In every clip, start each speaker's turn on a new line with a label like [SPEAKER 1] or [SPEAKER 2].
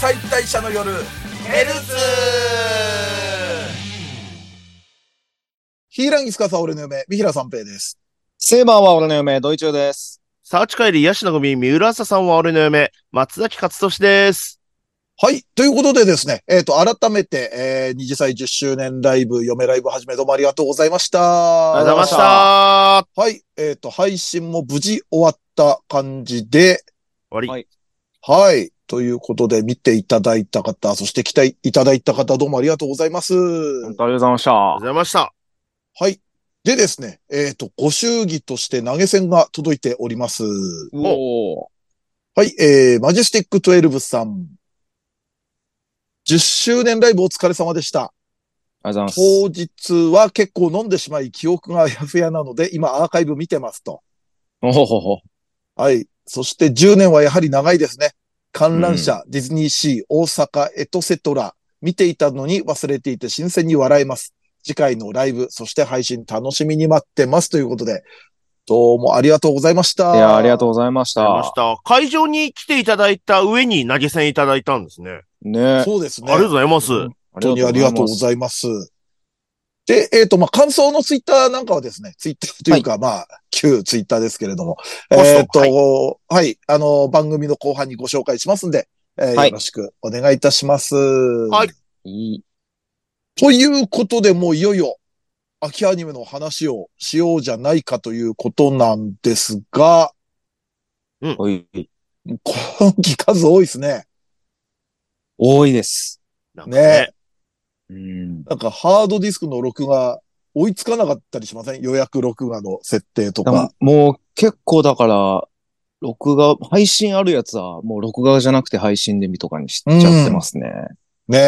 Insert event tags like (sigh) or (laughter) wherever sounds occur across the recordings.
[SPEAKER 1] 解体者の夜ヘルツヒーラギスカサ俺の嫁、三平三平です。
[SPEAKER 2] セイバーは俺の嫁、ドイチューです。
[SPEAKER 3] サーチ帰り、ヤシの組、三浦朝さんは俺の嫁、松崎勝利です。
[SPEAKER 1] はい。ということでですね、えっ、と、改めて、えー、二次祭10周年ライブ、嫁ライブはじめどうもありがとうございました。
[SPEAKER 3] ありがとうございました。
[SPEAKER 1] はい。えっ、と、配信も無事終わった感じで、
[SPEAKER 3] 終わ
[SPEAKER 2] はい
[SPEAKER 3] り。
[SPEAKER 1] はい。ということで、見ていただいた方、そして来ていただいた方、どうもありがとうございます。
[SPEAKER 2] 本当ありがとうございま
[SPEAKER 3] あり
[SPEAKER 2] し
[SPEAKER 3] がとうございました。
[SPEAKER 1] はい。でですね、えっ、と、ご祝儀として投げ銭が届いております。
[SPEAKER 2] た。おー
[SPEAKER 1] はい、えー、マジェスティック12さん。10周年ライブお疲れ様でした。
[SPEAKER 2] ありがとうございます。
[SPEAKER 1] 当日は結構飲んでしまい、記憶があやふやなので、今アーカイブ見てますと。
[SPEAKER 2] おほほほ。
[SPEAKER 1] はい。そして10年はやはり長いですね。観覧車、ディズニーシー、大阪、エトセトラ。見ていたのに忘れていて新鮮に笑えます。次回のライブ、そして配信楽しみに待ってますということで、どうもありがとうございました。
[SPEAKER 2] いや、ありがとう
[SPEAKER 1] う。
[SPEAKER 2] ございまし
[SPEAKER 3] あり
[SPEAKER 2] た。
[SPEAKER 3] がとうございました。会場に来ていただいた上に投げ銭いただいたんですね。
[SPEAKER 2] ね
[SPEAKER 1] そうです
[SPEAKER 3] あ
[SPEAKER 1] ね。
[SPEAKER 3] りがとうございます。
[SPEAKER 1] うん本当にありがとうご
[SPEAKER 2] い
[SPEAKER 1] ざいます。で、えっ、と、まあ、感想のツイッターなんかはですね、ツイッターというか、まあ、旧ツイッターですけれども、
[SPEAKER 3] ポスト。
[SPEAKER 1] えっ、と、はい、あの、番組の後半にご紹介しますんで、えー
[SPEAKER 2] はい
[SPEAKER 1] よろしくお願いいたします。はい
[SPEAKER 2] ます。いい。
[SPEAKER 1] ということで、もういよいよ、秋アニメの話をしようじゃないかということなんですが、 (laughs)
[SPEAKER 2] おい
[SPEAKER 1] 今期数多いですね。
[SPEAKER 2] 多いです。
[SPEAKER 3] なんかね。
[SPEAKER 2] うん。
[SPEAKER 1] なんか、ハードディスクの録画、追いつかなかったりしません予約録画の設定と
[SPEAKER 2] で
[SPEAKER 1] か
[SPEAKER 2] も。もう結構だから、録画、配信あるやつは、もう録画じゃなくて配信で見とかにしちゃってますね。
[SPEAKER 1] ねえ。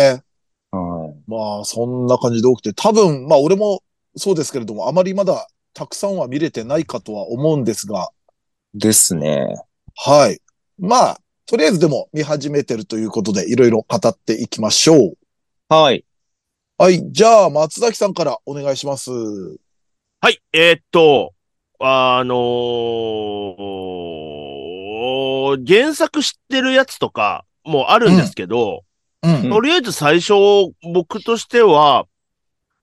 [SPEAKER 2] はい。
[SPEAKER 1] まあ、そんな感じで多くて、多分、まあ、俺もそうですけれども、あまりまだたくさんは見れてないかとは思うんですが、
[SPEAKER 2] ですね。
[SPEAKER 1] はい。まあ、とりあえずでも見始めてるということで、いろいろ語っていきましょう。
[SPEAKER 2] はい。
[SPEAKER 1] はい。じゃあ、松崎さんからお願いします。
[SPEAKER 3] はい、えーっと、あのー原作知ってるやつとかもあるんですけど、
[SPEAKER 1] うん。
[SPEAKER 3] とりあえず最初、僕としては、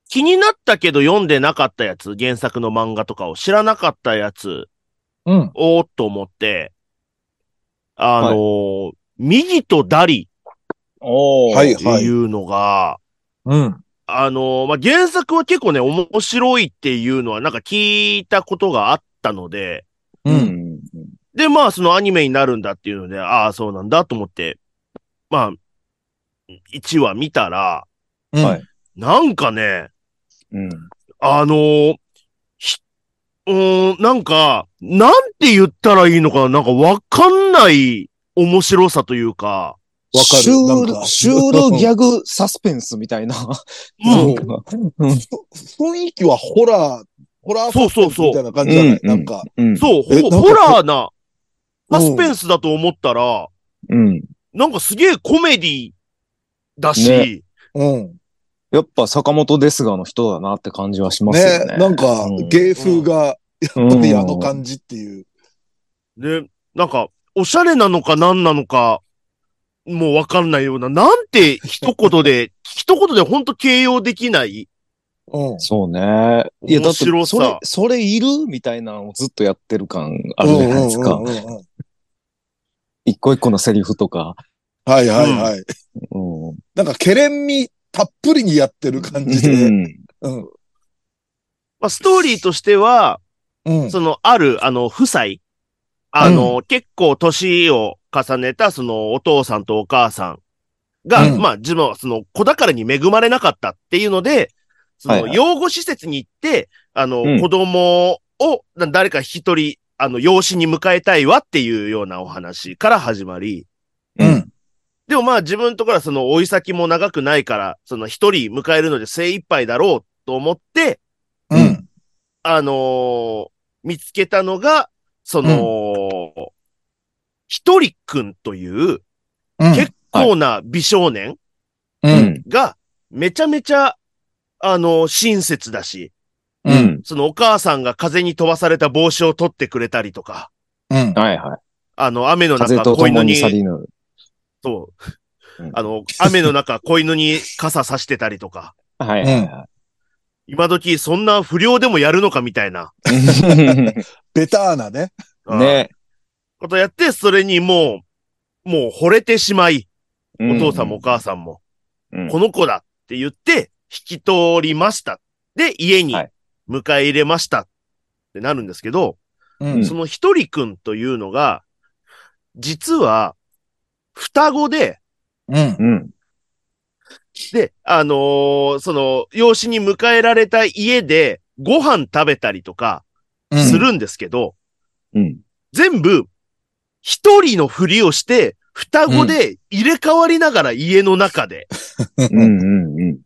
[SPEAKER 3] 気になったけど読んでなかったやつ、原作の漫画とかを知らなかったやつ、
[SPEAKER 1] うん。
[SPEAKER 3] おーっと思って、あのーミギとダリ
[SPEAKER 2] おー
[SPEAKER 1] はい
[SPEAKER 3] っていうのが、
[SPEAKER 1] うん。
[SPEAKER 3] あのーまあ、原作は結構ね、面白いっていうのはなんか聞いたことがあったので、
[SPEAKER 1] う。
[SPEAKER 2] うんん。
[SPEAKER 3] で、まあ、そのアニメになるんだっていうので、ああ、そうなんだと思って、まあ、1話見たら、
[SPEAKER 1] うん。
[SPEAKER 2] はい
[SPEAKER 3] なんかね、
[SPEAKER 2] うん。
[SPEAKER 3] あのーひうーん、なんか、なんて言ったらいいのかな、なんかわかんない面白さというか、
[SPEAKER 1] わかる
[SPEAKER 2] シュ
[SPEAKER 1] な
[SPEAKER 2] ー
[SPEAKER 1] んか
[SPEAKER 2] ル、シュールギャグサスペンスみたい (laughs) な。
[SPEAKER 3] うん、
[SPEAKER 2] なんか
[SPEAKER 1] ふ雰囲気はホラー、ホラー
[SPEAKER 3] そうそうそう
[SPEAKER 1] みたいな感じじゃない、
[SPEAKER 2] うんうん
[SPEAKER 1] なんか。
[SPEAKER 2] うん。
[SPEAKER 3] そう、
[SPEAKER 1] えなん
[SPEAKER 3] ほ
[SPEAKER 1] か
[SPEAKER 3] ホラーな、サスペ
[SPEAKER 1] うん
[SPEAKER 3] ンスだと思ったら、
[SPEAKER 2] うん。
[SPEAKER 3] なんかすげえコメディだし、
[SPEAKER 2] ね
[SPEAKER 1] うん。
[SPEAKER 2] やっぱ坂本ですがの人だなって感じはしますよ
[SPEAKER 1] ね
[SPEAKER 2] ね。
[SPEAKER 1] なんか、芸風が、
[SPEAKER 2] うん、
[SPEAKER 1] や
[SPEAKER 2] や
[SPEAKER 1] っぱりあの感じっていう。
[SPEAKER 3] ね、なんか、おしゃれなのか何なのか、もうわかんないような、なんて一言で、 (laughs) 一言で本当形容できない。
[SPEAKER 1] うん。
[SPEAKER 2] そうね。いや、だっ
[SPEAKER 3] 面
[SPEAKER 2] て
[SPEAKER 3] 白、さ
[SPEAKER 2] それ、それいるみたいなのをずっとやってる感あるじゃないです
[SPEAKER 1] う
[SPEAKER 2] か
[SPEAKER 1] ん。うんうんうんうん
[SPEAKER 2] 一個一個のセリフとか。
[SPEAKER 1] はいはいはい。
[SPEAKER 2] うん。
[SPEAKER 1] なんか、ケレン味たっぷりにやってる感じ
[SPEAKER 2] う
[SPEAKER 1] で。
[SPEAKER 2] ん
[SPEAKER 1] うん。
[SPEAKER 3] まあ、ストーリーとしては、
[SPEAKER 1] うん。
[SPEAKER 3] その、ある、あの、夫妻。あの、結構年を重ねた、その、お父さんとお母さんが、
[SPEAKER 1] うん
[SPEAKER 3] まあ、自分は、その、子宝に恵まれなかったっていうので、そ
[SPEAKER 2] はい
[SPEAKER 3] の、
[SPEAKER 2] はい
[SPEAKER 3] 養護施設に行って、あの、
[SPEAKER 2] うん
[SPEAKER 3] 子供を、な誰か一人、あの、養子に迎えたいわっていうようなお話から始まり、
[SPEAKER 1] うん。
[SPEAKER 3] でもまあ自分のところはその追い先も長くないから、その一人迎えるので精一杯だろうと思って、
[SPEAKER 1] うん。
[SPEAKER 3] あのー見つけたのが、その、ひとりくんという
[SPEAKER 1] うん。
[SPEAKER 3] 結高な美少年
[SPEAKER 1] う。
[SPEAKER 2] うんん。
[SPEAKER 3] がめちゃめちゃ、あのー親切だし、
[SPEAKER 1] う。
[SPEAKER 2] うんん。
[SPEAKER 3] そのお母さんが風に飛ばされた帽子を取ってくれたりとか、
[SPEAKER 1] うん。
[SPEAKER 2] はいはい。
[SPEAKER 3] あの、雨の
[SPEAKER 2] 風
[SPEAKER 3] 中、
[SPEAKER 2] と共
[SPEAKER 3] 子犬
[SPEAKER 2] に
[SPEAKER 3] に、
[SPEAKER 2] 去りぬ。
[SPEAKER 3] そう、
[SPEAKER 2] うん
[SPEAKER 3] あの、雨の中、子犬に傘さしてたりとか、
[SPEAKER 2] はいはいは
[SPEAKER 3] 今時そんな不良でもやるのかみたいな、
[SPEAKER 1] ベターなね。
[SPEAKER 3] う
[SPEAKER 2] い。
[SPEAKER 3] ん
[SPEAKER 2] ね。
[SPEAKER 3] ことやって、それにもう、もう惚れてしまい、 (laughs) お父さんもお母さんも、
[SPEAKER 2] うん、
[SPEAKER 3] この子だって言って、引き取りました。で、家に
[SPEAKER 2] はい
[SPEAKER 3] 迎え入れましたってなるんですけど、
[SPEAKER 1] う
[SPEAKER 2] うん
[SPEAKER 1] ん。
[SPEAKER 3] その一人くんというのが、実は、双子で、
[SPEAKER 1] うん。
[SPEAKER 2] うん。
[SPEAKER 3] で、あのーその、養子に迎えられた家で、ご飯食べたりとか、
[SPEAKER 1] うん
[SPEAKER 3] するんですけど、
[SPEAKER 2] うん。
[SPEAKER 3] 全部、一人のふりをして、双子で入れ替わりながら家の中で、
[SPEAKER 2] うん。うん。うん。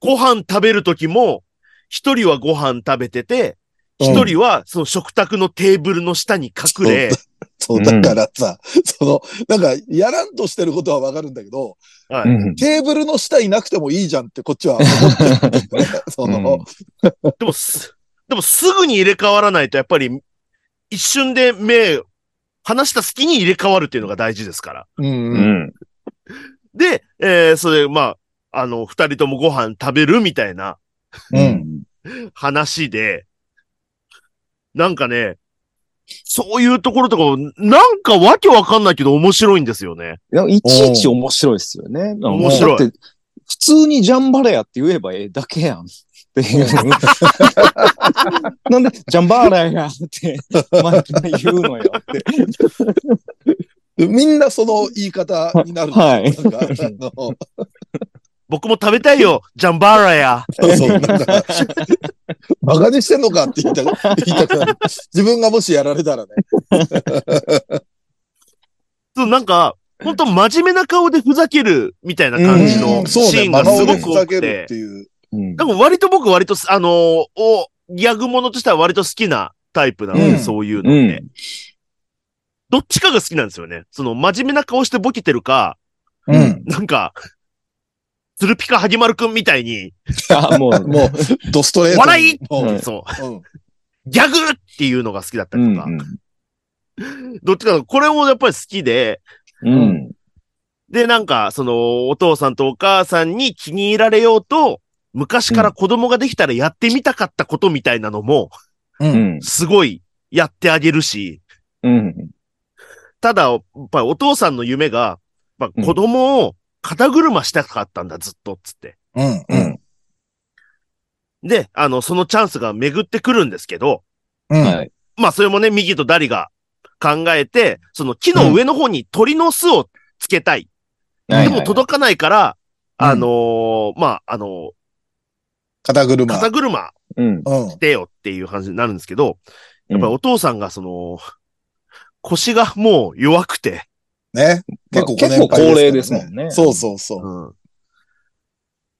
[SPEAKER 3] ご飯食べる時も、一人はご飯食べてて、一人はその食卓のテーブルの下に隠れ、
[SPEAKER 1] そう、だからさ、その、なんか、やらんとしてることはわかるんだけど、
[SPEAKER 3] は
[SPEAKER 2] う
[SPEAKER 3] い
[SPEAKER 2] ん。
[SPEAKER 1] テーブルの下いなくてもいいじゃんってこっちは思ってるんだよね。その、
[SPEAKER 3] でもす、でもすぐに入れ替わらないと、やっぱり、一瞬で目、離した隙に入れ替わるっていうのが大事ですから。
[SPEAKER 1] うん
[SPEAKER 2] う
[SPEAKER 1] うん。
[SPEAKER 2] ん。
[SPEAKER 3] で、えー、それ、まあ、あの、二人ともご飯食べるみたいな
[SPEAKER 1] うん。
[SPEAKER 3] 話で、なんかね、そういうところとかも、なんかわけわかんないけど面白いんですよね。
[SPEAKER 2] なんかいちいち面白いですよね。
[SPEAKER 3] 面白い
[SPEAKER 2] だって、普通にジャンバレアって言えばええだけやん。っていう。なんで、ジャンバーレアって、毎回言うのよって。
[SPEAKER 1] みんなその言い方になるんだよ。なんかあの
[SPEAKER 3] 僕も食べた
[SPEAKER 1] (laughs)
[SPEAKER 3] いよ、ジャンバーラや。
[SPEAKER 1] そうそう、なんか、馬鹿にしてんのかって言いたく言いたくなる。自分がもしやられたらね。
[SPEAKER 3] そう、なんか、本当真面目な顔でふざけるみたいな感じ
[SPEAKER 2] う
[SPEAKER 3] の
[SPEAKER 2] ん
[SPEAKER 1] そう
[SPEAKER 3] シー
[SPEAKER 1] ね、真
[SPEAKER 3] ンがす
[SPEAKER 1] 顔
[SPEAKER 3] ご
[SPEAKER 1] で
[SPEAKER 3] く
[SPEAKER 1] ふ
[SPEAKER 3] 多
[SPEAKER 1] ざ
[SPEAKER 3] く
[SPEAKER 1] ける
[SPEAKER 3] て
[SPEAKER 1] っ。ていう。
[SPEAKER 2] うん
[SPEAKER 3] でも割と僕割とす、あのーお、ギャグものとしては割と好きなタイプなので、
[SPEAKER 1] うん
[SPEAKER 3] そういう
[SPEAKER 2] う
[SPEAKER 3] のって、
[SPEAKER 2] ん。
[SPEAKER 3] どっちかが好きなんですよね。その、真面目な顔してボケてるか、
[SPEAKER 1] うん。
[SPEAKER 3] なんか、ツルピカハギマルくんみたいに、
[SPEAKER 2] あ、もう、
[SPEAKER 1] もう、ドストレートに。
[SPEAKER 3] 笑い
[SPEAKER 1] もう
[SPEAKER 2] うん
[SPEAKER 3] そ
[SPEAKER 1] うん
[SPEAKER 3] う、ギャグっていうのが好きだった
[SPEAKER 2] う
[SPEAKER 3] り
[SPEAKER 2] ん
[SPEAKER 3] とか、どっちかが、これもやっぱり好きで、
[SPEAKER 2] うん。
[SPEAKER 3] で、なんか、その、お父さんとお母さんに気に入られようと、昔から子供ができたらやってみたかったことみたいなのも、
[SPEAKER 1] う。
[SPEAKER 2] うんん。
[SPEAKER 3] すごいやってあげるし、
[SPEAKER 2] うん。
[SPEAKER 3] ただ、やっぱりお父さんの夢が、やっぱ子供を肩車したかったんだ、ずっと、つって。
[SPEAKER 1] うん。
[SPEAKER 2] う
[SPEAKER 1] うんん。
[SPEAKER 3] で、あの、そのチャンスが巡ってくるんですけど、
[SPEAKER 1] うん。
[SPEAKER 2] はい。
[SPEAKER 3] まあ、それもね、右とダリが考えて、その木の上の方に鳥の巣をつけたい。
[SPEAKER 2] はい
[SPEAKER 3] でも届かないから、
[SPEAKER 1] うん
[SPEAKER 3] あのーまあ、あのー
[SPEAKER 1] 肩車。
[SPEAKER 3] 肩車
[SPEAKER 2] うん。
[SPEAKER 1] うん。
[SPEAKER 3] してよっていう話になるんですけど、
[SPEAKER 2] や
[SPEAKER 3] やっぱりお父さんがその、腰がもう弱くて、
[SPEAKER 1] ね。結構ご年配
[SPEAKER 2] 結構高齢です
[SPEAKER 1] から
[SPEAKER 2] もんね
[SPEAKER 1] そうそうそう。
[SPEAKER 3] うん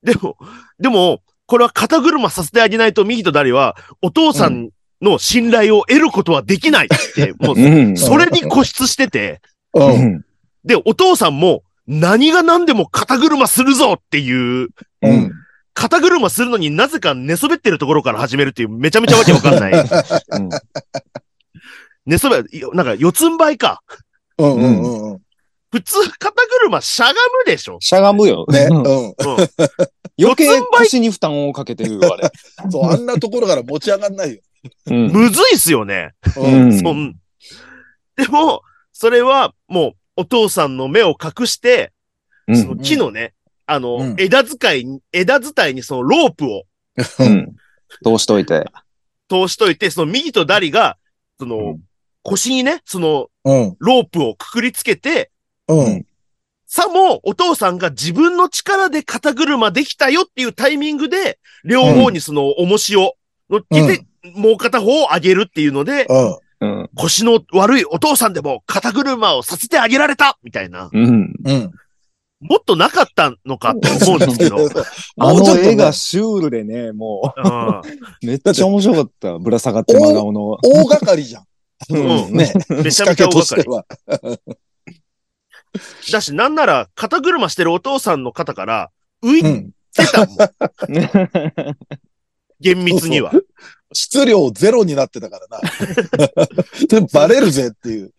[SPEAKER 3] でも、でも、これは肩車させてあげないと、ミヒとダリは、お父さんの信頼を得ることはできない (laughs) って、もう、
[SPEAKER 2] ん
[SPEAKER 3] それに固執してて、
[SPEAKER 1] う。
[SPEAKER 2] うんん。
[SPEAKER 3] で、お父さんも、何が何でも肩車するぞっていう、
[SPEAKER 2] うん。
[SPEAKER 3] 肩車するのになぜか寝そべってるところから始めるっていう、めちゃめちゃわけわかん (laughs) ない。
[SPEAKER 2] うん。
[SPEAKER 3] 寝そべ、なんか四つん這いか。
[SPEAKER 1] うんうんうんうん。
[SPEAKER 3] 普通、肩車しゃがむでしょ
[SPEAKER 2] しゃがむよ。
[SPEAKER 1] ね。
[SPEAKER 2] うん
[SPEAKER 1] う
[SPEAKER 3] う
[SPEAKER 2] 余計腰に負担をかけてるよ、あれ。
[SPEAKER 1] ん。そう、あんなところから持ち上がんないよ。
[SPEAKER 2] うん
[SPEAKER 3] ん。むずいっすよね。
[SPEAKER 1] うん。
[SPEAKER 2] うん
[SPEAKER 3] そん。でも、それはもうお父さんの目を隠して、
[SPEAKER 2] う
[SPEAKER 3] その
[SPEAKER 2] ん。
[SPEAKER 3] 木のね、あの、
[SPEAKER 1] うん
[SPEAKER 3] 枝使いに、枝伝いにそのロープを
[SPEAKER 2] うん。どうしといて。
[SPEAKER 3] 通しといて、その右とダリが、その、
[SPEAKER 2] うん
[SPEAKER 3] 腰にね、その
[SPEAKER 1] うん。
[SPEAKER 3] ロープをくくりつけて、
[SPEAKER 1] うん。
[SPEAKER 3] さもお父さんが自分の力で肩車できたよっていうタイミングで、両方にその重しを乗っけて、もう片方を上げるっていうので、
[SPEAKER 1] うん。
[SPEAKER 2] うん。
[SPEAKER 3] 腰の悪いお父さんでも肩車をさせてあげられたみたいな。
[SPEAKER 2] うん。
[SPEAKER 1] うん。
[SPEAKER 3] もっとなかったのかって思うんで
[SPEAKER 2] (laughs)
[SPEAKER 3] すけど。うん
[SPEAKER 2] あ
[SPEAKER 1] もうち
[SPEAKER 2] の
[SPEAKER 1] ょっと
[SPEAKER 2] 絵
[SPEAKER 1] ね
[SPEAKER 2] がシュールでね、も
[SPEAKER 3] うん
[SPEAKER 2] う、めっちゃ面白かった。 (laughs) ぶら下がって真顔の。
[SPEAKER 1] 大掛かりじゃん。
[SPEAKER 3] うん
[SPEAKER 1] ね。
[SPEAKER 3] めち
[SPEAKER 1] 仕
[SPEAKER 3] ゃ
[SPEAKER 1] 掛
[SPEAKER 3] めち
[SPEAKER 1] け
[SPEAKER 3] ゃ大
[SPEAKER 1] とし
[SPEAKER 3] 掛か
[SPEAKER 1] ては。
[SPEAKER 3] り。だし、なんなら肩車してるお父さんの肩から浮
[SPEAKER 1] う
[SPEAKER 3] い
[SPEAKER 1] ん。
[SPEAKER 3] てたもん。厳
[SPEAKER 2] (laughs)
[SPEAKER 3] 密には。
[SPEAKER 1] 質量ゼロになってたからな。で、バレるぜっていう。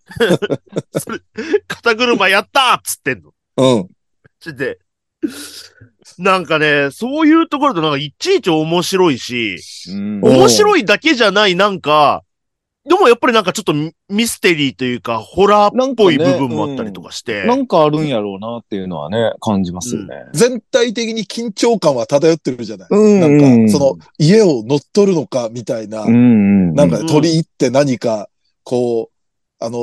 [SPEAKER 3] それ肩車やったーっつってんの。
[SPEAKER 1] うん。
[SPEAKER 3] してて。なんかね、そういうところでなんかいちいち面白いし、
[SPEAKER 2] (laughs) うん
[SPEAKER 1] お
[SPEAKER 3] 面白いだけじゃないなんか、でもやっぱりなんかちょっとミミステリーというか、ホラーっぽい
[SPEAKER 2] なんかね
[SPEAKER 3] 部分もあったりとかして。
[SPEAKER 2] なんかあるんやろうなっていうのはね、感じますよね。
[SPEAKER 1] 全体的に緊張感は漂ってるじゃない。
[SPEAKER 2] うん
[SPEAKER 1] な
[SPEAKER 2] うんん
[SPEAKER 1] か、その、家を乗っ取るのかみたいな、
[SPEAKER 2] うんうん。
[SPEAKER 1] なんか
[SPEAKER 3] うん
[SPEAKER 1] 取り入って何か、こう、あのー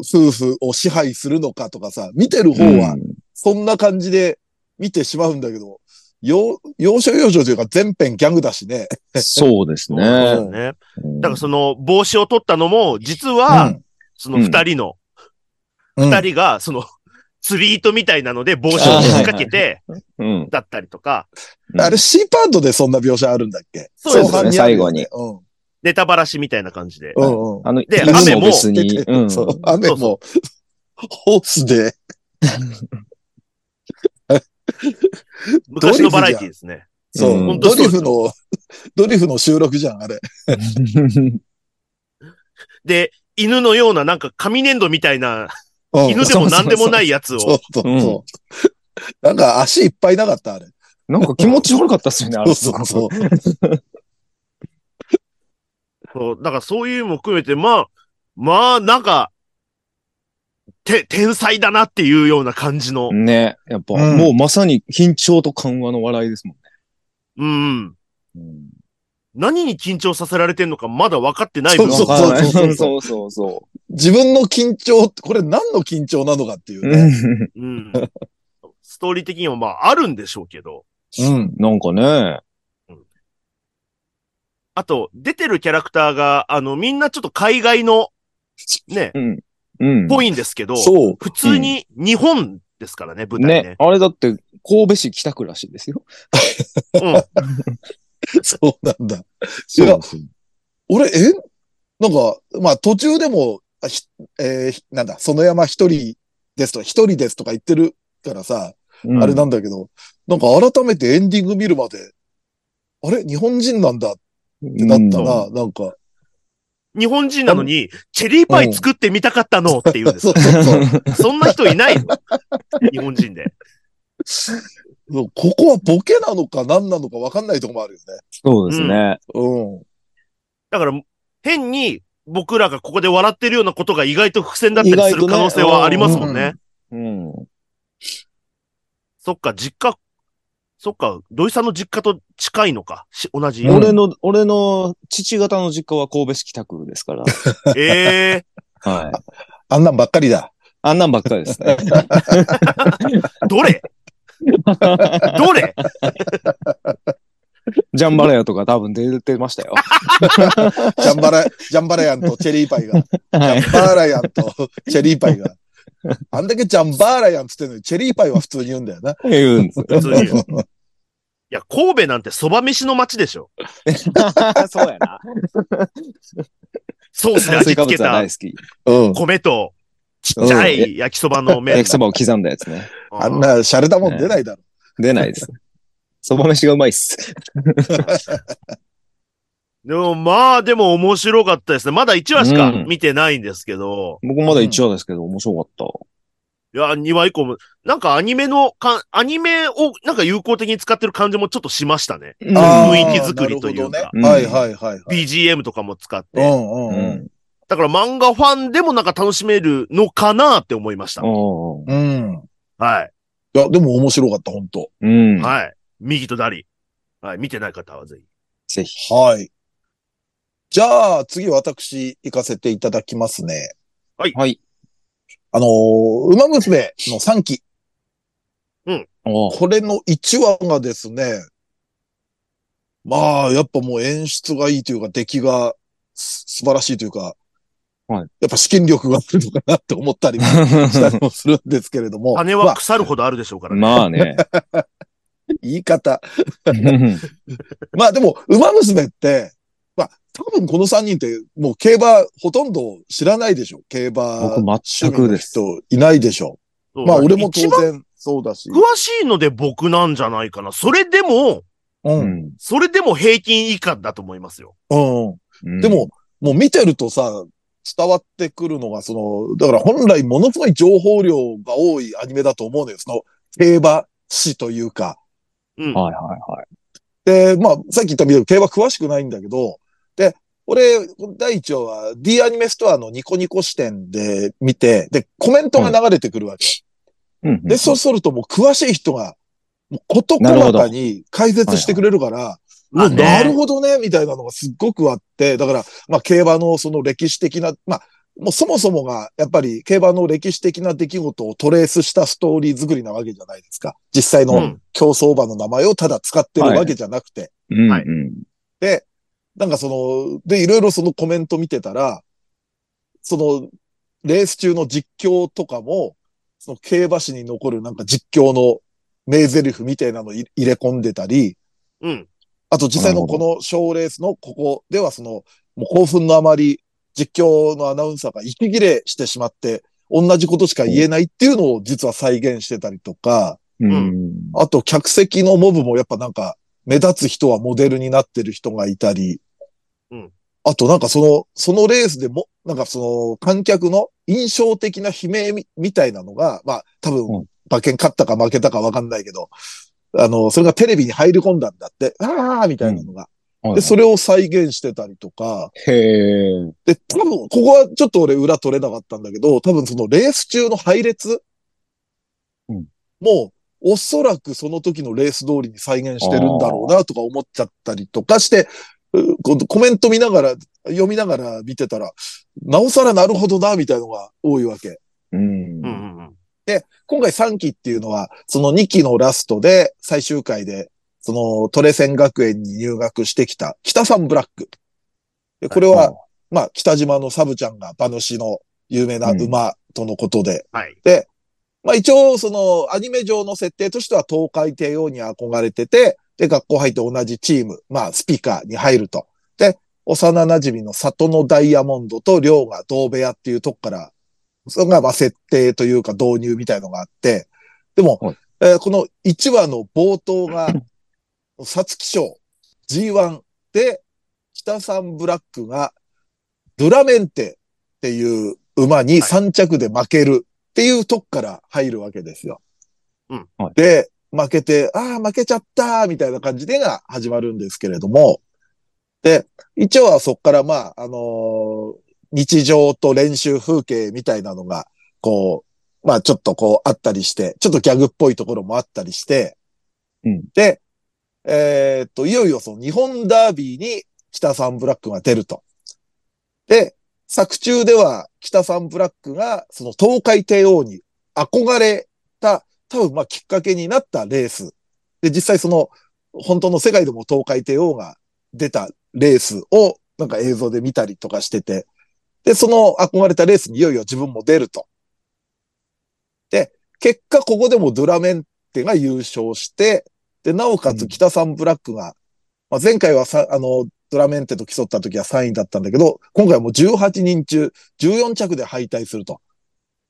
[SPEAKER 1] 夫婦を支配するのかとかさ、見てる方は
[SPEAKER 2] うん、
[SPEAKER 1] そんな感じで見てしまうんだけど、要、要所要所というか全編ギャグだしね。
[SPEAKER 2] そうですね。
[SPEAKER 1] うん
[SPEAKER 3] ね。
[SPEAKER 2] うん
[SPEAKER 3] だからその帽子を取ったのも、実は、その
[SPEAKER 2] うん
[SPEAKER 3] 二人の、
[SPEAKER 1] うん、
[SPEAKER 3] 二人が、その、釣り糸みたいなので帽子を引っ掛けて、
[SPEAKER 2] うん。
[SPEAKER 3] だったりとか、
[SPEAKER 1] うんあれ C パートでそんな描写あるんだっけ
[SPEAKER 3] そうですね
[SPEAKER 1] 後半にあるよね
[SPEAKER 3] ネタバラシみたいな感じで。
[SPEAKER 1] うん。うんうん。
[SPEAKER 2] あの、
[SPEAKER 3] で
[SPEAKER 2] 犬
[SPEAKER 3] 雨も
[SPEAKER 2] 別に、うん。
[SPEAKER 1] (laughs) そう、雨も、ホースで、
[SPEAKER 3] 昔のバラエティですね。
[SPEAKER 1] そう、
[SPEAKER 2] うん
[SPEAKER 1] ドリフの、 (laughs) ドリフの収録じゃん、あれ。
[SPEAKER 3] で、犬のようななんか紙粘土みたいな、
[SPEAKER 1] うん
[SPEAKER 3] 犬でも何でもないやつ
[SPEAKER 1] そう
[SPEAKER 3] を。
[SPEAKER 1] そうそう。なんか足いっぱいなかった、あれ。
[SPEAKER 2] (laughs) なんか気持ち悪かったっすよね、あ
[SPEAKER 1] そ
[SPEAKER 2] れ。
[SPEAKER 1] うそうそう。
[SPEAKER 3] そう、だからそういうのも含めて、まあ、まあ、なんか、て、天才だなっていうような感じの。
[SPEAKER 2] ね。やっぱ、
[SPEAKER 1] うん
[SPEAKER 2] もうまさに緊張と緩和の笑いですもんね。
[SPEAKER 3] うん。
[SPEAKER 2] うん
[SPEAKER 3] 何に緊張させられてんのかまだ分かってない
[SPEAKER 1] そ
[SPEAKER 3] 部
[SPEAKER 1] うそ
[SPEAKER 3] 分。
[SPEAKER 1] う
[SPEAKER 2] わかんない (laughs)
[SPEAKER 1] そうそう
[SPEAKER 2] そうそうそ
[SPEAKER 1] 自分の緊張、これ何の緊張なのかっていう
[SPEAKER 2] う。
[SPEAKER 1] ね。
[SPEAKER 2] うん
[SPEAKER 3] うん。ストーリー的にもまああるんでしょうけど。
[SPEAKER 1] うん。
[SPEAKER 2] なんかね。
[SPEAKER 3] あと、出てるキャラクターが、あの、みんなちょっと海外の、ね、
[SPEAKER 2] うん。うん。
[SPEAKER 3] ぽいんですけど、
[SPEAKER 1] そう。
[SPEAKER 3] 普通に日本ですからね、舞台
[SPEAKER 2] ね
[SPEAKER 3] ね。。
[SPEAKER 2] あれだって、神戸市北区らしいですよ。
[SPEAKER 3] う
[SPEAKER 1] そうなんだ。いや、俺、えなんか、まあ途中でも、あひえーひなんだ、その山一人ですとか、一人ですとか言ってるからさ、
[SPEAKER 2] うん
[SPEAKER 1] あれなんだけど、なんか改めてエンディング見るまで、あれ日本人なんだっ
[SPEAKER 2] う
[SPEAKER 1] て
[SPEAKER 2] ん
[SPEAKER 1] なったな、なんか。
[SPEAKER 3] ん。日本人なのに、チェリーパイ作ってみたかったのって言うんです
[SPEAKER 1] そ
[SPEAKER 3] よ
[SPEAKER 1] う。そうそう。
[SPEAKER 3] そんな人いないの日本人で。
[SPEAKER 1] ここはボケなのか何なのか分かんないとこもあるよ
[SPEAKER 2] そうですね。
[SPEAKER 1] ね。
[SPEAKER 3] だから、変に僕らがここで笑ってるようなことが意外と伏線だった
[SPEAKER 2] 意
[SPEAKER 3] り
[SPEAKER 2] 外
[SPEAKER 3] す
[SPEAKER 2] とね
[SPEAKER 3] る可能性はありますもんね。
[SPEAKER 1] うん
[SPEAKER 2] うん。
[SPEAKER 3] そっか、実家、そっか、土井さんの実家と近いのか、し同じ。
[SPEAKER 1] うん
[SPEAKER 2] 俺の、俺の父方の実家は神戸市北区ですから。
[SPEAKER 3] ええ
[SPEAKER 2] はい。
[SPEAKER 1] あんなんばっかりだ。
[SPEAKER 2] あんなんばっかりですね。
[SPEAKER 3] どれどれ
[SPEAKER 2] ジャンバラヤとか多分出てましたよ。
[SPEAKER 1] ジャンバラ、 (laughs) ジャンバラヤンとチェリーパ (laughs) イが。
[SPEAKER 2] はい。
[SPEAKER 1] バーラヤンとチェリーパイが。あんだけジャンバーラヤンっつってんのに、チェリーパイは普通に言うんだよな。
[SPEAKER 2] 言うんです
[SPEAKER 3] 普通に。いや、神戸なんて蕎麦飯の街でしょ。
[SPEAKER 2] そうやな。
[SPEAKER 3] ソースで
[SPEAKER 2] 炭水
[SPEAKER 3] 味
[SPEAKER 2] 化
[SPEAKER 3] 付け
[SPEAKER 2] 物は
[SPEAKER 3] た
[SPEAKER 2] 大好き。
[SPEAKER 1] うん。
[SPEAKER 3] 米と、ちっちゃい焼きそばの麺。
[SPEAKER 2] 焼きそばを刻んだやつね。
[SPEAKER 1] あんな洒落たもん出ないだろ。
[SPEAKER 2] 出ないです。そば飯がうまいっす。
[SPEAKER 3] でもまあ、でも面白かったですね。まだ1話しか
[SPEAKER 2] うん
[SPEAKER 3] 見てないんですけど、
[SPEAKER 2] 僕まだ1話ですけど、面白かった。
[SPEAKER 3] いや、2話以降も、なんかアニメのかん、アニメをなんか有効的に使ってる感じもちょっとしましたね。
[SPEAKER 2] うん
[SPEAKER 1] あー
[SPEAKER 3] 雰囲気作りというか
[SPEAKER 1] なるほどねはいはいはいはい。
[SPEAKER 3] BGM とかも使っ
[SPEAKER 1] う
[SPEAKER 3] て。
[SPEAKER 1] ん
[SPEAKER 2] う
[SPEAKER 1] うんうん。
[SPEAKER 2] ん。
[SPEAKER 3] だから漫画ファンでもなんか楽しめるのかなって思いました。
[SPEAKER 2] おー
[SPEAKER 1] うん。
[SPEAKER 3] はい
[SPEAKER 1] や、でも面白かった、本当
[SPEAKER 2] うん
[SPEAKER 3] い。。はい。右と左。はい。見てない方はぜひ。
[SPEAKER 2] ぜひ。
[SPEAKER 1] はい。じゃあ、次私、行かせていただきますね。
[SPEAKER 2] はい。
[SPEAKER 1] あのー、馬娘の3期。
[SPEAKER 2] おー
[SPEAKER 1] これの1話がですね、まあ、やっぱもう演出がいいというか、出来がす素晴らしいというか、
[SPEAKER 2] はい
[SPEAKER 1] やっぱ資金力があるのかなって思ったりもしたりもするんですけれども、
[SPEAKER 3] 羽
[SPEAKER 1] ま
[SPEAKER 3] は
[SPEAKER 1] あ、
[SPEAKER 3] 腐るほどあるでしょうから
[SPEAKER 2] (laughs)
[SPEAKER 3] ね。
[SPEAKER 2] まあね。
[SPEAKER 1] 言い方。まあでも、馬娘って、まあ、多分この3人って、もう競馬ほとんど知らないでしょ。競馬、
[SPEAKER 2] 僕全くです。
[SPEAKER 1] 人いないでしょ。
[SPEAKER 3] そう
[SPEAKER 1] まあ俺も当
[SPEAKER 3] 一番
[SPEAKER 1] 然そうだし。
[SPEAKER 3] 詳しいので僕なんじゃないかな。それでも、
[SPEAKER 1] う。
[SPEAKER 2] うんん
[SPEAKER 3] それでも平均以下だと思いますよ。
[SPEAKER 1] うん。
[SPEAKER 2] うん
[SPEAKER 1] でも、もう見てるとさ、伝わってくるのが、その、だから本来ものすごい情報量が多いアニメだと思うのよ。その、競馬史というか、
[SPEAKER 3] うん。
[SPEAKER 2] はいはいはい。
[SPEAKER 1] で、まあ、さっき言ったみたいに競馬詳しくないんだけど、で、俺、第一話は D アニメストアのニコニコ視点で見て、で、コメントが流れてくるわけ。
[SPEAKER 2] うんうん
[SPEAKER 1] で、そうするともう詳しい人が、もう事細かに解説してくれるから、うわ
[SPEAKER 3] なるほどまあね
[SPEAKER 1] なるほどね、みたいなのがすっごくあって、だから、まあ、競馬のその歴史的な、まあ、もうそもそもが、やっぱり競馬の歴史的な出来事をトレースしたストーリー作りなわけじゃないですか。実際
[SPEAKER 3] う
[SPEAKER 1] の
[SPEAKER 3] ん。
[SPEAKER 1] 競走馬の名前をただ使ってるわけじゃなくて。
[SPEAKER 2] うん
[SPEAKER 3] はい
[SPEAKER 2] うん
[SPEAKER 1] で、なんかその、で、いろいろそのコメント見てたら、その、レース中の実況とかも、その競馬史に残るなんか実況の名台詞みたいなのい入れ込んでたり、
[SPEAKER 3] うん。
[SPEAKER 1] あと実際の
[SPEAKER 2] なるほ
[SPEAKER 1] この賞レースのここではその、もう興奮のあまり実況のアナウンサーが息切れしてしまって、同じことしか言えないっていうのを実は再現してたりとか、
[SPEAKER 2] うん。
[SPEAKER 1] あと客席のモブもやっぱなんか目立つ人はモデルになってる人がいたり、
[SPEAKER 3] うん
[SPEAKER 1] あとなんかその、そのレースでも、なんかその観客の印象的な悲鳴みみたいなのが、まあ多
[SPEAKER 2] う
[SPEAKER 1] 分馬券勝ったか負けたかわかんないけど、あの、それがテレビに入り込んだんだって、ああみたいなのが。
[SPEAKER 2] はい
[SPEAKER 1] で、それを再現してたりとか、
[SPEAKER 2] へー
[SPEAKER 1] で、多分、ここはちょっと俺裏取れなかったんだけど、多分そのレース中の配列
[SPEAKER 2] うん
[SPEAKER 1] もう、おそらくその時のレース通りに再現してるんだろうなとか思っちゃったりとかして、うこうコメント見ながら、読みながら見てたら、なおさらなるほどな、みたいのが多いわけ。
[SPEAKER 2] うん
[SPEAKER 3] うんうんうん。
[SPEAKER 1] 今回3期っていうのは、その2期のラストで、最終回で、そのトレセン学園に入学してきた、北さんブラック。でこれは、まあ、北島のサブちゃんが馬主の有名な馬とのことで、
[SPEAKER 3] はい。
[SPEAKER 1] まあ一応そのアニメ上の設定としては東海帝王に憧れてて、で、学校入って同じチーム、まあスピカーに入ると。で、幼馴染の里のダイヤモンドと亮が同部屋っていうとこから、それがまあ設定というか導入みたいのがあって、でも、
[SPEAKER 2] はい
[SPEAKER 1] えーこの1話の冒頭が、 (clears throat) サツキ賞 G1 で、北さんブラックが、ドゥラメンテっていう馬に3着で負けるっていうとこから入るわけですよ。
[SPEAKER 3] うん
[SPEAKER 2] はい
[SPEAKER 1] で、負けて、ああ、負けちゃったーみたいな感じでが始まるんですけれども、で、一応はそこから、まあ、あのー日常と練習風景みたいなのが、こう、まあちょっとこうあったりして、ちょっとギャグっぽいところもあったりして、
[SPEAKER 2] うん
[SPEAKER 1] で、えーっと、いよいよその日本ダービーに北さんブラックが出ると。で、作中では北さんブラックがその東海帝王に憧れた、多分まあきっかけになったレース。で、実際その本当の世界でも東海帝王が出たレースをなんか映像で見たりとかしてて、で、その憧れたレースにいよいよ自分も出ると。で、結果ここでもドゥラメンテが優勝して、で、なおか
[SPEAKER 2] う
[SPEAKER 1] つ
[SPEAKER 2] ん
[SPEAKER 1] 北さんブラックが、まあ、前回はさ、あの、ドゥラメンテと競った時は3位だったんだけど、今回はもう18人中14着で敗退すると。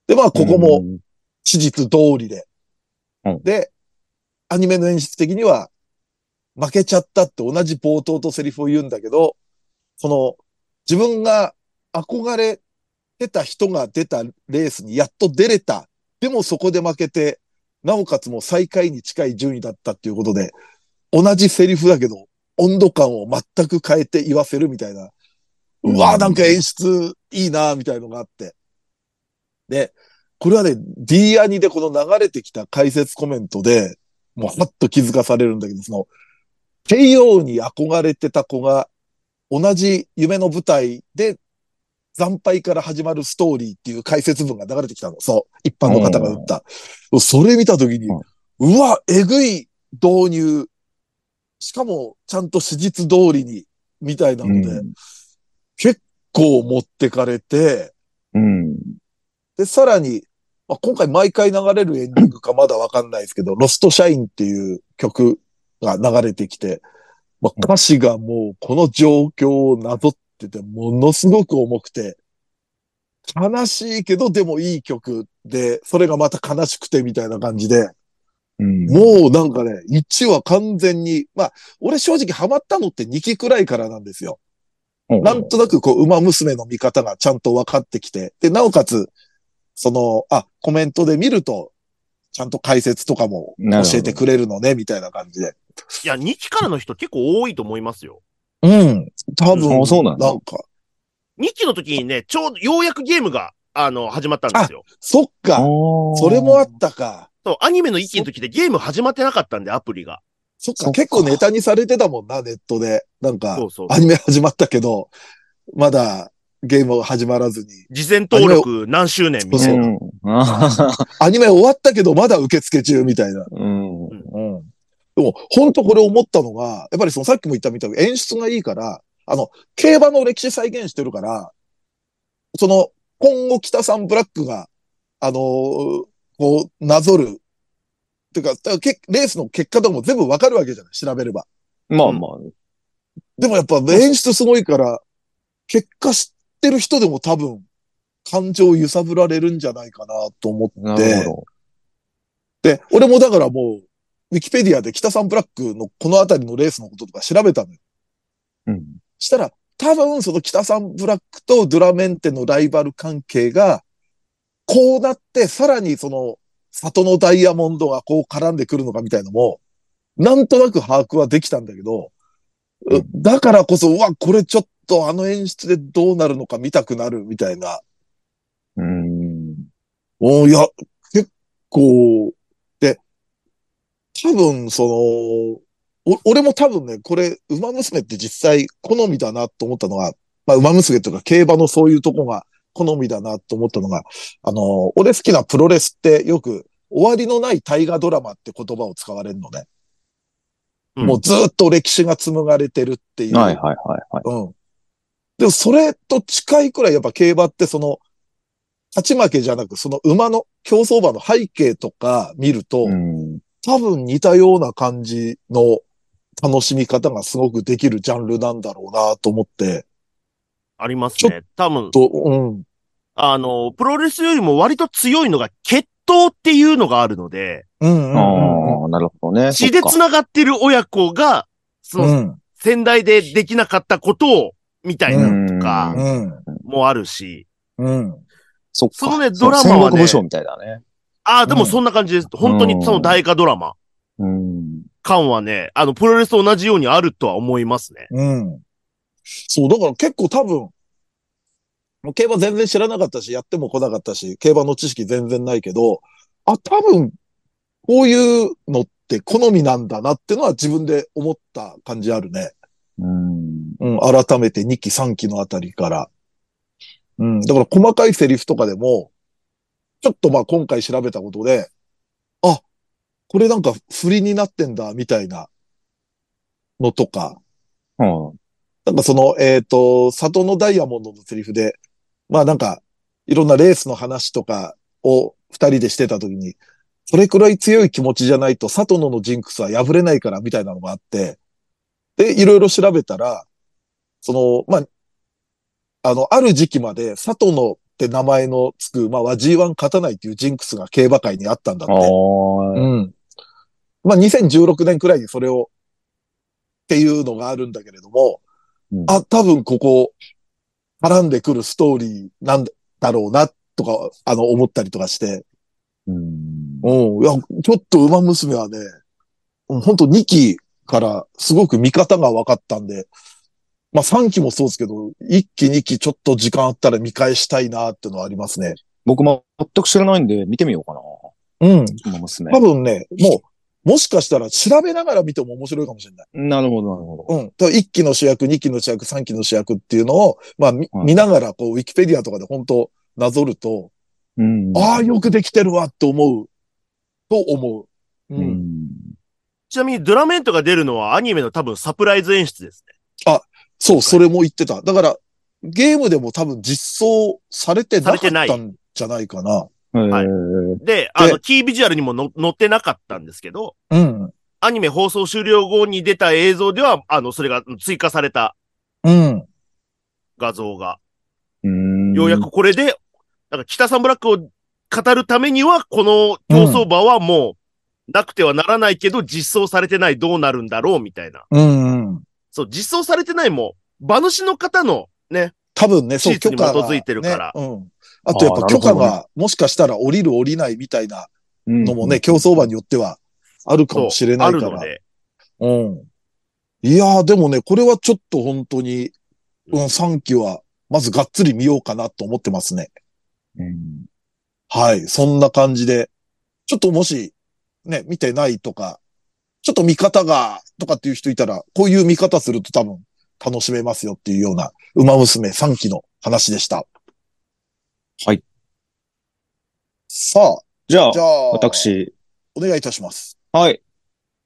[SPEAKER 1] で、まあ、ここも、
[SPEAKER 2] うん
[SPEAKER 1] 史実通りで。
[SPEAKER 2] うん
[SPEAKER 1] で、アニメの演出的には、負けちゃったって同じ冒頭とセリフを言うんだけど、その、自分が憧れてた人が出たレースにやっと出れた。でもそこで負けて、なおかつもう最下位に近い順位だったっていうことで、同じセリフだけど、温度感を全く変えて言わせるみたいな。うわ
[SPEAKER 2] う
[SPEAKER 1] ぁ、
[SPEAKER 2] ん
[SPEAKER 1] なんか演出いいなぁみたいのがあって。で、これはね、D アニでこの流れてきた解説コメントで、もうはっと気づかされるんだけど、その、帝王に憧れてた子が、同じ夢の舞台で、惨敗から始まるストーリーっていう解説文が流れてきたの。そう。一般の方が打った。それ見たときに、
[SPEAKER 2] うん
[SPEAKER 1] うわ、えぐい導入。しかも、ちゃんと史実通りに、みたいなので、結構持ってかれて、
[SPEAKER 2] うん。
[SPEAKER 1] で、さらに、まあ、今回毎回流れるエンディングかまだわかんないですけど、ロストシャインっていう曲が流れてきて、まあ、歌詞がもうこの状況をなぞってて、ものすごく重くて、悲しいけどでもいい曲で、それがまた悲しくてみたいな感じで、
[SPEAKER 2] うん。
[SPEAKER 1] もうなんかね、1話完全に、まあ、俺正直ハマったのって2期くらいからなんですよ。
[SPEAKER 2] うん、
[SPEAKER 1] なんとなくこう、馬娘の見方がちゃんと分かってきて、で、なおかつ、その、あ、コメントで見ると、ちゃんと解説とかも
[SPEAKER 2] なるほど
[SPEAKER 1] 教えてくれるのね、みたいな感じで。
[SPEAKER 3] いや、2期からの人結構多いと思いますよ。
[SPEAKER 1] うん。多分、
[SPEAKER 2] あそうなんだ
[SPEAKER 1] なんか、
[SPEAKER 3] 2期の時にね、ちょうど、ようやくゲームが、あの、始まったんですよ。
[SPEAKER 1] そっ
[SPEAKER 2] あ
[SPEAKER 1] か。
[SPEAKER 2] ー
[SPEAKER 1] それもあったか。
[SPEAKER 3] そう、アニメの1期の時でゲーム始まってなかったんで、アプリが。
[SPEAKER 1] そっか
[SPEAKER 2] そっか
[SPEAKER 1] 結構ネタにされてたもんな、ネットで。なんか
[SPEAKER 3] そ、うそう。
[SPEAKER 1] アニメ始まったけど、まだゲーム始まらずに。
[SPEAKER 3] 事前登録何周年みたいな。
[SPEAKER 2] うん。あ
[SPEAKER 1] アニメ終わったけど、まだ受付中みたいな。
[SPEAKER 2] ーうん。
[SPEAKER 1] うん。でも、本当これ思ったのが、やっぱりそのさっきも言ったみたいに演出がいいから、あの、競馬の歴史再現してるから、その、今後北さんブラックが、あのーこう、なぞる。てか、だからけレースの結果とかも全部わかるわけじゃない調べれば。
[SPEAKER 2] まあまあ。
[SPEAKER 1] でもやっぱ演出すごいから、結果知ってる人でも多分、感情を揺さぶられるんじゃないかなと思って。
[SPEAKER 2] なるほ
[SPEAKER 1] で、俺もだからもう、ウィキペディアで北サンブラックのこの辺りのレースのこととか調べたのよ。
[SPEAKER 2] ど。うん。
[SPEAKER 1] したら、多分その北サンブラックとドゥラメンテのライバル関係が、こうなって、さらにその、里のダイヤモンドがこう絡んでくるのかみたいのも、なんとなく把握はできたんだけど、うだからこそ、うわ、これちょっとあの演出でどうなるのか見たくなるみたいな。
[SPEAKER 2] うん。
[SPEAKER 1] おいや、結構、で、多分、その、お俺も多分ね、これ、馬娘って実際好みだなと思ったのが、まあ、馬娘とか競馬のそういうとこが好みだなと思ったのが、あの、俺好きなプロレスってよく、終わりのない大河ドラマって言葉を使われるのね。
[SPEAKER 3] うん
[SPEAKER 1] もうずっと歴史が紡がれてるっていう。
[SPEAKER 2] はいはいはいはい。
[SPEAKER 1] うん。でもそれと近いくらいやっぱ競馬ってその、勝ち負けじゃなく、その馬の競走馬の背景とか見ると、
[SPEAKER 2] うん。
[SPEAKER 1] 多分似たような感じの楽しみ方がすごくできるジャンルなんだろうなと思って、
[SPEAKER 3] ありますね。多分、
[SPEAKER 1] と、うん。
[SPEAKER 3] あの、プロレスよりも割と強いのが血統っていうのがあるので、
[SPEAKER 1] うんうんうん
[SPEAKER 2] ああ、なるほどね。
[SPEAKER 3] 血で繋がってる親子が、その、
[SPEAKER 1] うん。
[SPEAKER 3] 先代でできなかったことを、みたいなのとか
[SPEAKER 1] う、ん。
[SPEAKER 3] もあるし。
[SPEAKER 1] うん。
[SPEAKER 2] そっか
[SPEAKER 3] そのね
[SPEAKER 2] そう
[SPEAKER 3] ドラマ
[SPEAKER 2] 戦
[SPEAKER 3] はね
[SPEAKER 2] 国武将みたいだね。
[SPEAKER 3] ああ、でもそんな感じです。本当にその大河ドラマ
[SPEAKER 2] うん。
[SPEAKER 3] 感はね、あの、プロレスと同じようにあるとは思いますね。
[SPEAKER 1] うん。そう、だから結構多分、競馬全然知らなかったし、やっても来なかったし、競馬の知識全然ないけど、あ、多分、こういうのって好みなんだなってのは自分で思った感じあるね。
[SPEAKER 2] うん。
[SPEAKER 1] うん、改めて2期3期のあたりから。うん、だから細かいセリフとかでも、ちょっとまあ今回調べたことで、あ、これなんか振りになってんだ、みたいなのとか、
[SPEAKER 2] うん
[SPEAKER 1] なんかその、えっ、と、里のダイヤモンドのセリフで、まあなんか、いろんなレースの話とかを二人でしてた時に、それくらい強い気持ちじゃないと、里野のジンクスは破れないから、みたいなのがあって、で、いろいろ調べたら、その、まあ、あの、ある時期まで、里野って名前のつく、まあ、は G1 勝たないっていうジンクスが競馬界にあったんだっ
[SPEAKER 2] あ
[SPEAKER 1] て。
[SPEAKER 2] あ。
[SPEAKER 1] うん。まあ、2016年くらいにそれを、っていうのがあるんだけれども、
[SPEAKER 2] うん
[SPEAKER 1] あ、多分ここ、絡んでくるストーリーなんだろうな、とか、あの、思ったりとかして。
[SPEAKER 2] うん
[SPEAKER 1] うん。いや、ちょっと馬娘はね、うん、本当2期からすごく見方が分かったんで、まあ3期もそうですけど、1期2期ちょっと時間あったら見返したいなっていうのはありますね。
[SPEAKER 2] 僕も全く知らないんで見てみようかな。
[SPEAKER 1] うん。
[SPEAKER 2] この娘。
[SPEAKER 1] 多分ね、もう、もしかしたら調べながら見ても面白いかもしれない。
[SPEAKER 2] なるほど、なるほど。
[SPEAKER 1] うん。と1期の主役、2期の主役、3期の主役っていうのを、まあ、み
[SPEAKER 2] うん
[SPEAKER 1] 見ながら、こう、ウィキペディアとかで本当なぞると、
[SPEAKER 2] うん
[SPEAKER 1] ああ、よくできてるわって思う、と思う。う。
[SPEAKER 2] うんん。
[SPEAKER 3] ちなみにドラメントが出るのはアニメの多分サプライズ演出ですね。
[SPEAKER 1] そう、それも言ってた。だから、ゲームでも多分実装されてなかった
[SPEAKER 3] されて
[SPEAKER 1] んじゃないかな。
[SPEAKER 3] はい
[SPEAKER 2] え
[SPEAKER 3] で、あの、キービジュアルにもの載ってなかったんですけど、
[SPEAKER 1] うん。
[SPEAKER 3] アニメ放送終了後に出た映像では、あの、それが追加された
[SPEAKER 1] うん。
[SPEAKER 3] 画像が。
[SPEAKER 2] ー
[SPEAKER 3] ようやく。これで、なんか北サンブラックを語るためには、この競走馬はもう、なくてはならないけど、実装されてないどうなるんだろうみたいな。
[SPEAKER 1] うん、うん。
[SPEAKER 3] そう、実装されてないも、馬主の方のね、
[SPEAKER 1] 多分ね、そう、
[SPEAKER 3] 史
[SPEAKER 1] 許
[SPEAKER 3] 実に
[SPEAKER 1] 可が、ね。
[SPEAKER 3] 基づいてるから
[SPEAKER 1] うん。あとやっ
[SPEAKER 2] あーな
[SPEAKER 1] ぱ
[SPEAKER 2] る
[SPEAKER 1] 許
[SPEAKER 2] ほど
[SPEAKER 1] 可
[SPEAKER 2] ね
[SPEAKER 1] が、もしかしたら降りる降りないみたいなの
[SPEAKER 2] の
[SPEAKER 1] もね、。競争馬によってはあるかもしれない
[SPEAKER 3] そう
[SPEAKER 1] か
[SPEAKER 3] あるの
[SPEAKER 1] ら。
[SPEAKER 3] で。
[SPEAKER 1] うん。いやー、でもね、これはちょっと本当に、うん、3期は、まずがっつり見ようかなと思ってますね。
[SPEAKER 2] うん
[SPEAKER 1] はい。そんな感じで、ちょっともし、ね、見てないとか、ちょっと見方が、とかっていう人いたら、こういう見方すると多分楽しめますよっていうような、馬娘3期の話でした。
[SPEAKER 2] はい。
[SPEAKER 1] さあ、
[SPEAKER 2] じゃあ
[SPEAKER 1] じゃ、あ、。
[SPEAKER 2] 私、
[SPEAKER 1] お願いいたします。
[SPEAKER 2] はい。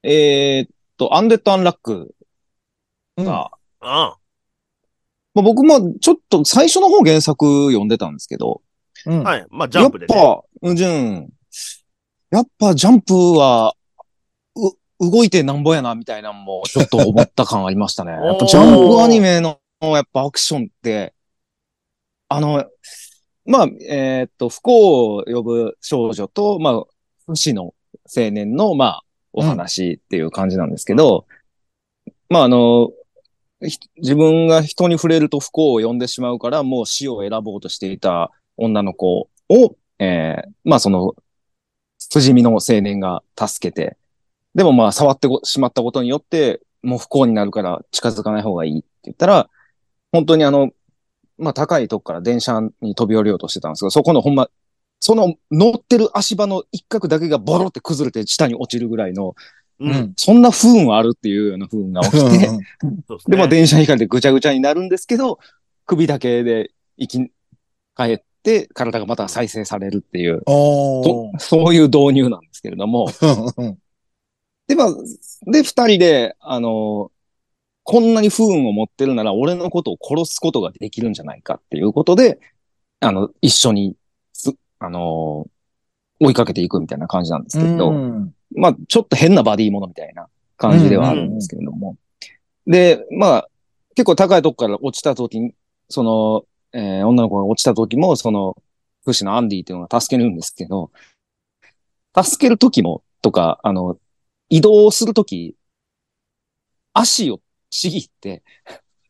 [SPEAKER 2] えーっと、アンデッド・アンラック
[SPEAKER 1] うん
[SPEAKER 2] が、
[SPEAKER 3] あ
[SPEAKER 2] まあ、僕もちょっと最初の方原作読んでたんですけど、
[SPEAKER 1] うん
[SPEAKER 3] あ。はい。まあ、ジャンプでね。
[SPEAKER 2] やっぱ、うん、じゅん。やっぱジャンプは、う、動いてなんぼやな、みたいなのも、ちょっと思った感ありましたね。やっぱジャンプアニメの、やっぱアクションって、あの、まあ、えーっと、不幸を呼ぶ少女と、まあ、不死の青年の、まあ、お話っていう感じなんですけど、まあ、あの、ひ自分が人に触れると不幸を呼んでしまうから、もう死を選ぼうとしていた女の子を、えーまあその、不死身の青年が助けて、でもまあ触ってこしまったことによって、もう不幸になるから近づかない方がいいって言ったら、本当にあの、まあ高いとこから電車に飛び降りようとしてたんですけど、そこのほんま、その乗ってる足場の一角だけがボロって崩れて下に落ちるぐらいの、
[SPEAKER 3] うん。
[SPEAKER 2] そんな不運はあるっていうような不運が起きて、
[SPEAKER 3] そうですね
[SPEAKER 2] で、まあ、電車に行かれてぐちゃぐちゃになるんですけど、首だけで生き、返って、体がまた再生されるっていう、
[SPEAKER 1] お
[SPEAKER 2] と
[SPEAKER 1] ー。
[SPEAKER 2] そういう導入なんですけれども。で、まあ、で、二人で、あの、こんなに不運を持ってるなら、俺のことを殺すことができるんじゃないかっていうことで、あの、一緒にす、あの、追いかけていくみたいな感じなんですけど、
[SPEAKER 1] うん
[SPEAKER 2] まあ、ちょっと変なバディものみたいな感じではあるんですけれども。で、まあ、結構高いとこから落ちた時に、その、えー女の子が落ちた時も、その、福祉のアンディっていうのが助けるんですけど、助ける時も、とか、あの、移動する時足をちぎって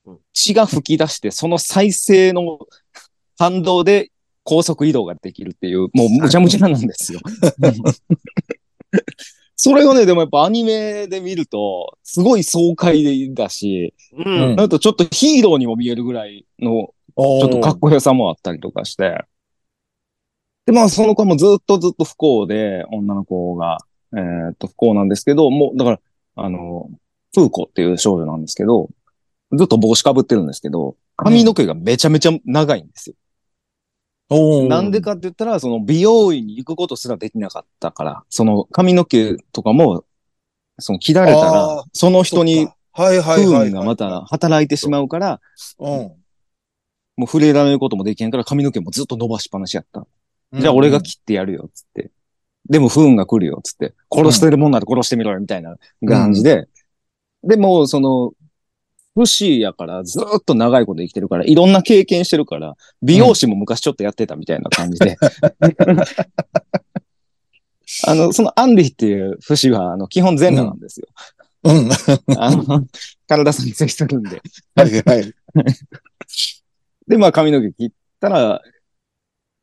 [SPEAKER 3] うん、
[SPEAKER 2] 血が噴き出して、その再生の反動で高速移動ができるっていう、もうむちゃむちゃなんですよ。それをね、でもやっぱアニメで見ると、すごい爽快だし、
[SPEAKER 3] うん。
[SPEAKER 2] なんとちょっとヒーローにも見えるぐらいの、
[SPEAKER 1] お
[SPEAKER 2] ち
[SPEAKER 1] ー
[SPEAKER 2] ょっとかっこよさもあったりとかして。で、まあその子もずっとずっと不幸で、女の子が、えーっと不幸なんですけど、もう、だから、あの、フーコっていう少女なんですけど、ずっと帽子かぶってるんですけど、髪の毛がめちゃめちゃ長いんですよ。
[SPEAKER 1] おー
[SPEAKER 2] なんでかって言ったら、その美容院に行くことすらできなかったから、その髪の毛とかも、その切られた
[SPEAKER 1] あー
[SPEAKER 2] ら、その人
[SPEAKER 1] そっ
[SPEAKER 2] に
[SPEAKER 1] かはいは
[SPEAKER 2] 不
[SPEAKER 1] いはいはい。
[SPEAKER 2] 運がまた働いてしまうから、
[SPEAKER 1] うん、
[SPEAKER 2] もう触れられることもできへんから髪の毛もずっと伸ばしっぱなしやった。じゃあ俺が切ってやるよ、つって。でも不運が来るよ、つって。殺してるもんなら殺してみろよ、みたいな感じで。でも、その、不死やから、ずーっと長いこと生きてるから、いろんな経験してるから、美容師も昔ちょっとやってたみたいな感じで。 (laughs) あの、そのアンディっていう不死は、あの、基本全裸なんですよ。
[SPEAKER 1] うん。うん。
[SPEAKER 2] あの、体さんに接するんで。
[SPEAKER 1] はいはい。
[SPEAKER 2] で、まあ髪の毛切ったら、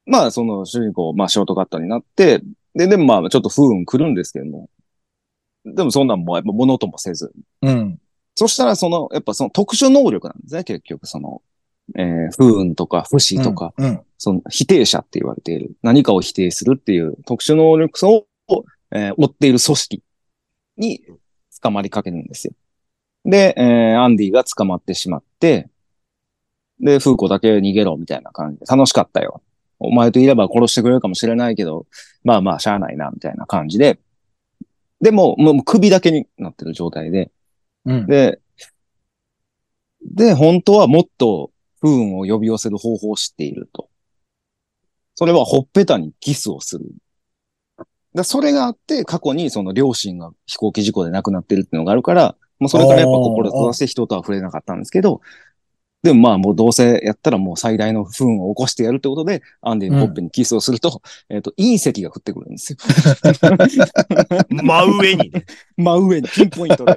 [SPEAKER 2] まあその主人公、まあショートカットになって、で、でもまあちょっと不運来るんですけども。でもそんなんもうやっぱ物ともせず。
[SPEAKER 1] うん。
[SPEAKER 2] そしたらその、やっぱその特殊能力なんですね、結局その、えー不運とか不死とか、
[SPEAKER 1] うん。
[SPEAKER 2] その否定者って言われている。何かを否定するっていう特殊能力を、えー持っている組織に捕まりかけるんですよ。で、えーアンディが捕まってしまって、で、フーコだけ逃げろみたいな感じで、楽しかったよ。お前といれば殺してくれるかもしれないけど、まあまあ、しゃあないな、みたいな感じで。でも、もう首だけになってる状態で、
[SPEAKER 1] うん。
[SPEAKER 2] で、で、本当はもっと不運を呼び寄せる方法を知っていると。それはほっぺたにキスをする。だそれがあって、過去にその両親が飛行機事故で亡くなってるっていうのがあるから、もうそれからやっぱ心閉ざして人とは触れなかったんですけど、でもまあもうどうせやったらもう最大の不運を起こしてやるってことで、アンディのほっぺにキスをすると、えっと、隕石が降ってくるんですよ。
[SPEAKER 3] 真上にね。
[SPEAKER 2] 真上にピンポイント
[SPEAKER 1] (laughs)
[SPEAKER 2] で。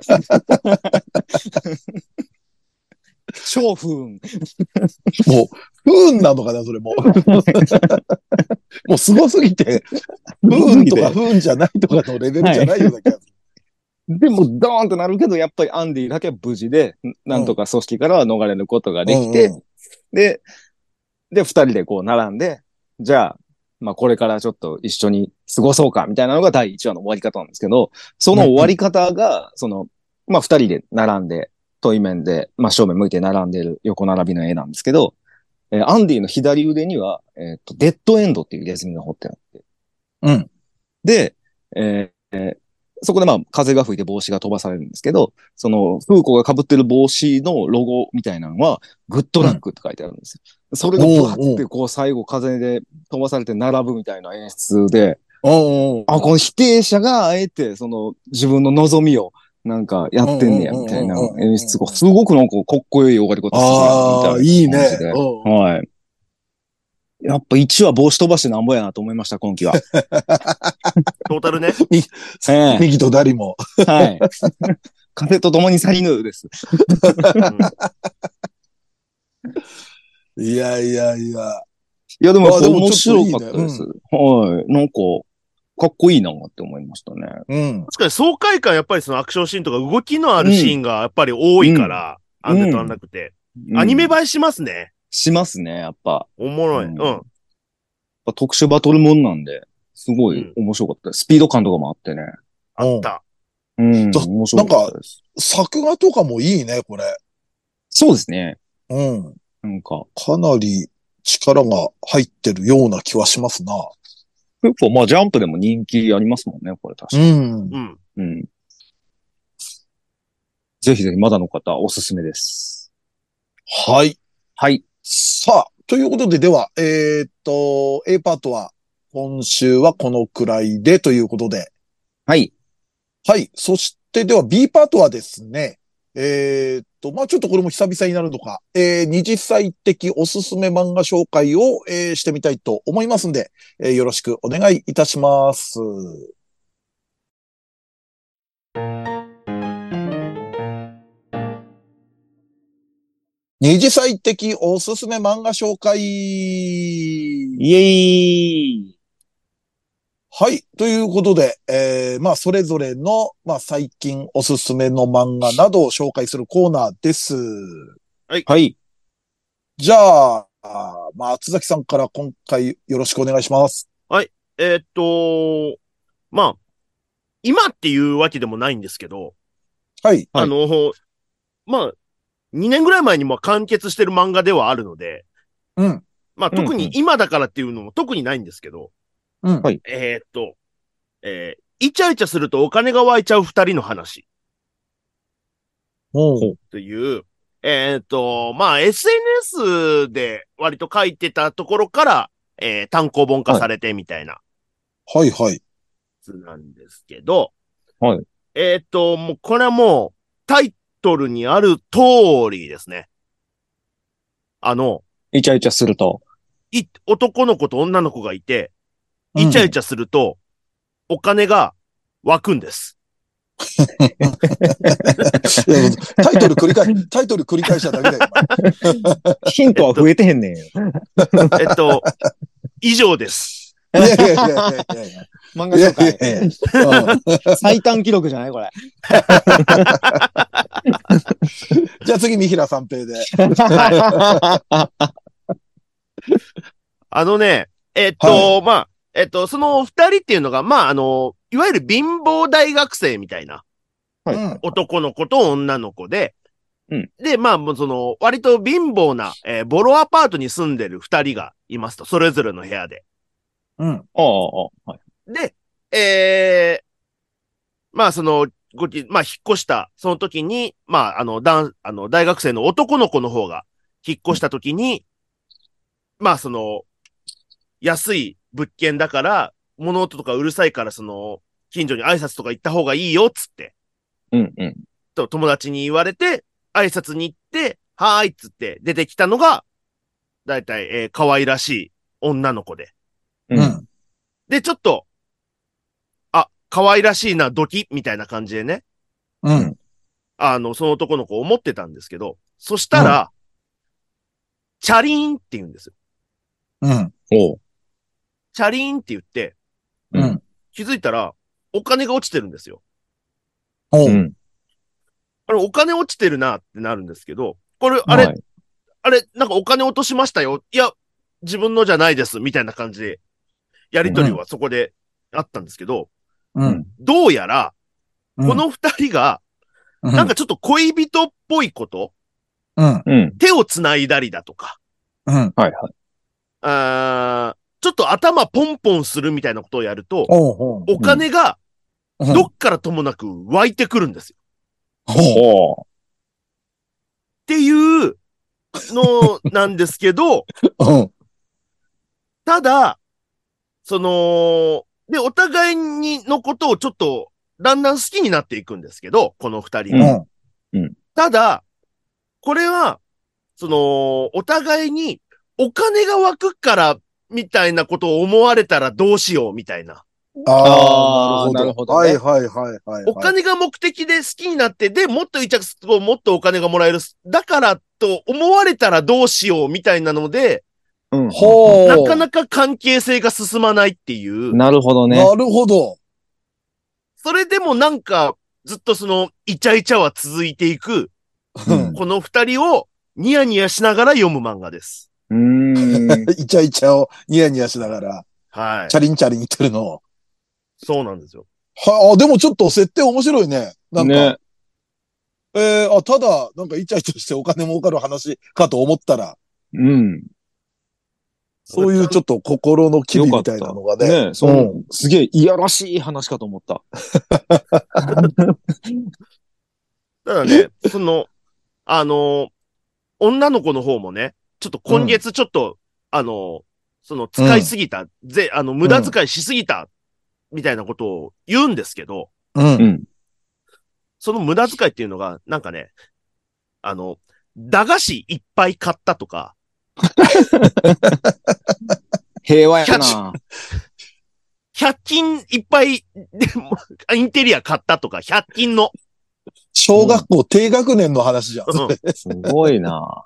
[SPEAKER 2] 超不運。
[SPEAKER 1] もう、不運なのかな、そ (laughs) れも。もうすごすぎて、不運とか不運じゃないとかのレベルじゃないような気がする。
[SPEAKER 2] でも、ドーンとなるけど、やっぱりアンディだけは無事で、なんとか組織からは逃れることができて、
[SPEAKER 1] うんうん
[SPEAKER 2] で、で、二人でこう並んで、じゃあ、まあこれからちょっと一緒に過ごそうか、みたいなのが第1話の終わり方なんですけど、その終わり方が、その、まあ二人で並んで、遠い面で、まあ正面向いて並んでる横並びの絵なんですけど、えーアンディの左腕には、えっと、デッドエンドっていう入れ墨が彫ってあって。
[SPEAKER 1] うん。
[SPEAKER 2] で、えーえーそこでまあ風が吹いて帽子が飛ばされるんですけど、その、フーコが被ってる帽子のロゴみたいなのは、グッドラックって書いてあるんですよ。それがブワ
[SPEAKER 1] おうお
[SPEAKER 2] ッてこう最後風で飛ばされて並ぶみたいな演出で、
[SPEAKER 1] おうおう
[SPEAKER 2] あ、この否定者があえてその自分の望みをなんかやってんねや、みたいな演出が、すごくなんかかっこよい終わり方
[SPEAKER 1] ああ、
[SPEAKER 2] するなみたいない
[SPEAKER 1] いね
[SPEAKER 2] 感じで。
[SPEAKER 1] うん
[SPEAKER 2] はい。やっぱ1話帽子飛ばしてなんぼやなと思いました、今期は。
[SPEAKER 3] トータルね。
[SPEAKER 2] ええ
[SPEAKER 1] 右と左も。
[SPEAKER 2] はい。風と共に去りぬです。
[SPEAKER 1] いやいやいや。
[SPEAKER 2] いや、でも
[SPEAKER 1] あでも
[SPEAKER 2] 面
[SPEAKER 1] ちょ
[SPEAKER 2] 白
[SPEAKER 1] っといいね
[SPEAKER 2] かったです。はい。なんか、かっこいいなって思いましたね。
[SPEAKER 1] うん。
[SPEAKER 3] 確かに爽快感、やっぱりそのアクションシーンとか動きのあるシーンがやっぱり多いから、
[SPEAKER 2] うん
[SPEAKER 3] アンデッドアンなくて。
[SPEAKER 2] うん
[SPEAKER 3] アニメ映えしますね。
[SPEAKER 2] しますね、やっぱ。
[SPEAKER 3] おもろい。う。
[SPEAKER 2] うんんやっぱ特殊バトルもんなんで、すごい面白かったです。スピード感とかもあってね。
[SPEAKER 3] あった。
[SPEAKER 2] うん。
[SPEAKER 1] だ
[SPEAKER 2] 面白かったです。
[SPEAKER 1] 作画とかもいいね、これ。
[SPEAKER 2] そうですね。
[SPEAKER 1] うん。
[SPEAKER 2] なんか、
[SPEAKER 1] かなり力が入ってるような気はしますな。
[SPEAKER 2] 結構まあジャンプでも人気ありますもんね、これ確かに。
[SPEAKER 1] ん。
[SPEAKER 3] うん。
[SPEAKER 2] うん。ぜひぜひまだの方、おすすめです。
[SPEAKER 1] はい。
[SPEAKER 2] はい。
[SPEAKER 1] さあ、ということで、では、えーっと、A パートは、今週はこのくらいでということで。
[SPEAKER 2] はい。
[SPEAKER 1] はい。そして、では B パートはですね、えーっと、まあちょっとこれも久々になるのか、えー、二次最適おすすめ漫画紹介を、えーしてみたいと思いますんで、えーよろしくお願いいたします。二次最適おすすめ漫画紹介。
[SPEAKER 2] イエイ
[SPEAKER 1] はい。ということで、えー、まあ、それぞれの、まあ、最近おすすめの漫画などを紹介するコーナーです。
[SPEAKER 2] はい。
[SPEAKER 1] じゃあ、あーまあ、厚崎さんから今回よろしくお願いします。
[SPEAKER 3] えーっと、まあ、今っていうわけでもないんですけど、
[SPEAKER 1] はい。
[SPEAKER 2] はい
[SPEAKER 3] あの、まあ、2年ぐらい前にも完結してる漫画ではあるので、
[SPEAKER 1] うん。
[SPEAKER 3] まあ
[SPEAKER 2] うんうん
[SPEAKER 3] 特に今だからっていうのも特にないんですけど、
[SPEAKER 1] うん。
[SPEAKER 2] はい
[SPEAKER 3] えーっと、えーイチャイチャするとお金が湧いちゃう二人の話
[SPEAKER 1] おう
[SPEAKER 3] という、えーっと、まあ SNS で割と書いてたところから、えー単行本化されてみたいなや
[SPEAKER 1] はい、はい。
[SPEAKER 3] つなんですけど、
[SPEAKER 2] はい
[SPEAKER 3] えーっと、もうこれはもうタイトルにある通りですね。あの、
[SPEAKER 2] イチャイチャすると。
[SPEAKER 3] い、男の子と女の子がいて、イチャ
[SPEAKER 1] チ
[SPEAKER 3] イチャすると、お金が湧く
[SPEAKER 2] (laughs)
[SPEAKER 3] んです。
[SPEAKER 1] ャ。いやタイトル繰り返し、タイトル繰り返しただけ (laughs) だよ。
[SPEAKER 2] ヒントは増えてへんねんよ。
[SPEAKER 3] えっと、以上です。
[SPEAKER 1] 今いやいやいやいやいや。
[SPEAKER 2] 漫画紹
[SPEAKER 1] いやいやい
[SPEAKER 2] 介。
[SPEAKER 1] やうん
[SPEAKER 2] 最短記録じゃないこ (laughs) れ。
[SPEAKER 1] じゃあ次、三平三平で。
[SPEAKER 3] あのね、えっと、
[SPEAKER 1] は
[SPEAKER 3] まあ、えっと、そのお二人っていうのが、まあ、あの、いわゆる貧乏大学生みたいな
[SPEAKER 2] はい
[SPEAKER 1] うん
[SPEAKER 3] 男の子と女の子で、
[SPEAKER 2] うん
[SPEAKER 3] で、まあ、もうその、割と貧乏な、えーボロアパートに住んでる二人がいますと、それぞれの部屋で。
[SPEAKER 1] うん。
[SPEAKER 2] ああ、はい。
[SPEAKER 3] で、ええまあその、ごき、まあ引っ越した、その時に、まああの、だん、あの、大学生の男の子の方が引っ越した時に、まあその、安い物件だから、物音とかうるさいから、その、近所に挨拶とか行った方がいいよ、っつって、
[SPEAKER 2] うんうん。
[SPEAKER 3] と友達に言われて、挨拶に行って、はーい、っつって出てきたのが、だいたい、えー可愛らしい女の子で。
[SPEAKER 1] う
[SPEAKER 2] うん。
[SPEAKER 1] ん。
[SPEAKER 3] で、ちょっと、あ、可愛らしいな、ドキッみたいな感じでね、
[SPEAKER 1] うん。
[SPEAKER 3] あの、その男の子思ってたんですけど、そしたら、チャリーンって言うんですよ。
[SPEAKER 1] うん。
[SPEAKER 2] おう。
[SPEAKER 3] チャリーンって言って、
[SPEAKER 1] う
[SPEAKER 2] うん
[SPEAKER 1] ん。
[SPEAKER 3] 気づいたら、お金が落ちてるんですよ。
[SPEAKER 1] おう。
[SPEAKER 2] ん。
[SPEAKER 3] あれ、お金落ちてるなってなるんですけど、これ、あれ、
[SPEAKER 2] はい
[SPEAKER 3] あれ、なんかお金落としましたよ。いや、自分のじゃないです、みたいな感じで、やりとりはそこであったんですけど、
[SPEAKER 1] うん。
[SPEAKER 3] どうやら、この二人が、
[SPEAKER 1] うん、
[SPEAKER 3] なんかちょっと恋人っぽいこと、
[SPEAKER 1] うん、
[SPEAKER 2] うん。
[SPEAKER 3] 手を繋いだりだとか、
[SPEAKER 1] うん。
[SPEAKER 2] はいはい。
[SPEAKER 3] あーちょっと頭ポンポンするみたいなことをやると、
[SPEAKER 1] おうおう。
[SPEAKER 3] お金が
[SPEAKER 1] うん
[SPEAKER 3] どっからともなく湧いてくるんですよ。
[SPEAKER 1] ほう
[SPEAKER 2] ほ
[SPEAKER 3] っていうのなんですけど、
[SPEAKER 1] うん。
[SPEAKER 3] ただ、その、で、お互いにのことをちょっと、だんだん好きになっていくんですけど、この二人
[SPEAKER 1] う
[SPEAKER 3] が。
[SPEAKER 1] ん。
[SPEAKER 3] ただ、これは、その、お互いにお金が湧くから、みたいなことを思われたらどうしよう、みたいな。
[SPEAKER 1] あ
[SPEAKER 2] あ
[SPEAKER 1] あ、
[SPEAKER 2] ー
[SPEAKER 1] なるほど。
[SPEAKER 2] な
[SPEAKER 1] はい
[SPEAKER 2] る
[SPEAKER 1] はいはいはい。
[SPEAKER 3] お金が目的で好きになって、で、もっと癒着するともっとお金がもらえる。だからと思われたらどうしよう、みたいなので、
[SPEAKER 2] う。うん。
[SPEAKER 1] ほう。
[SPEAKER 3] なかなか関係性が進まないっていう。
[SPEAKER 2] なるほどね。
[SPEAKER 1] なるほど。
[SPEAKER 3] それでもなんか、ずっとその、イチャイチャは続いていく、
[SPEAKER 1] うん。
[SPEAKER 3] この二人をニヤニヤしながら読む漫画です。
[SPEAKER 2] うーん。
[SPEAKER 1] イチャイチャをニヤニヤしながら、
[SPEAKER 3] はい
[SPEAKER 1] チ。ャリンチャリン言ってるのを。
[SPEAKER 3] そうなんですよ。
[SPEAKER 1] はあ、でもちょっと設定面白いね。なんか、
[SPEAKER 2] ね。
[SPEAKER 1] えー、あ、ただ、なんかイチャイチャしてお金儲かる話かと思ったら、
[SPEAKER 2] うん。
[SPEAKER 1] そういうちょっと心の機微みたいなのがね。
[SPEAKER 2] ねそうう。すげえ、いやらしい話かと思 (laughs) った。
[SPEAKER 3] ただね、その、あの、女の子の方もね、ちょっと今月ちょっと、あの、その、使いすぎた、ぜ、あの、無駄遣いしすぎた、みたいなことを言うんですけど、
[SPEAKER 1] うん。
[SPEAKER 2] ん。
[SPEAKER 3] その無駄遣いっていうのが、なんかね、あの、駄菓子いっぱい買ったとか、
[SPEAKER 2] 平和やな。
[SPEAKER 3] 100均いっぱい、でも、インテリア買ったとか、100均の。
[SPEAKER 1] 小学校低学年の話じゃん。
[SPEAKER 3] う
[SPEAKER 2] すごいな。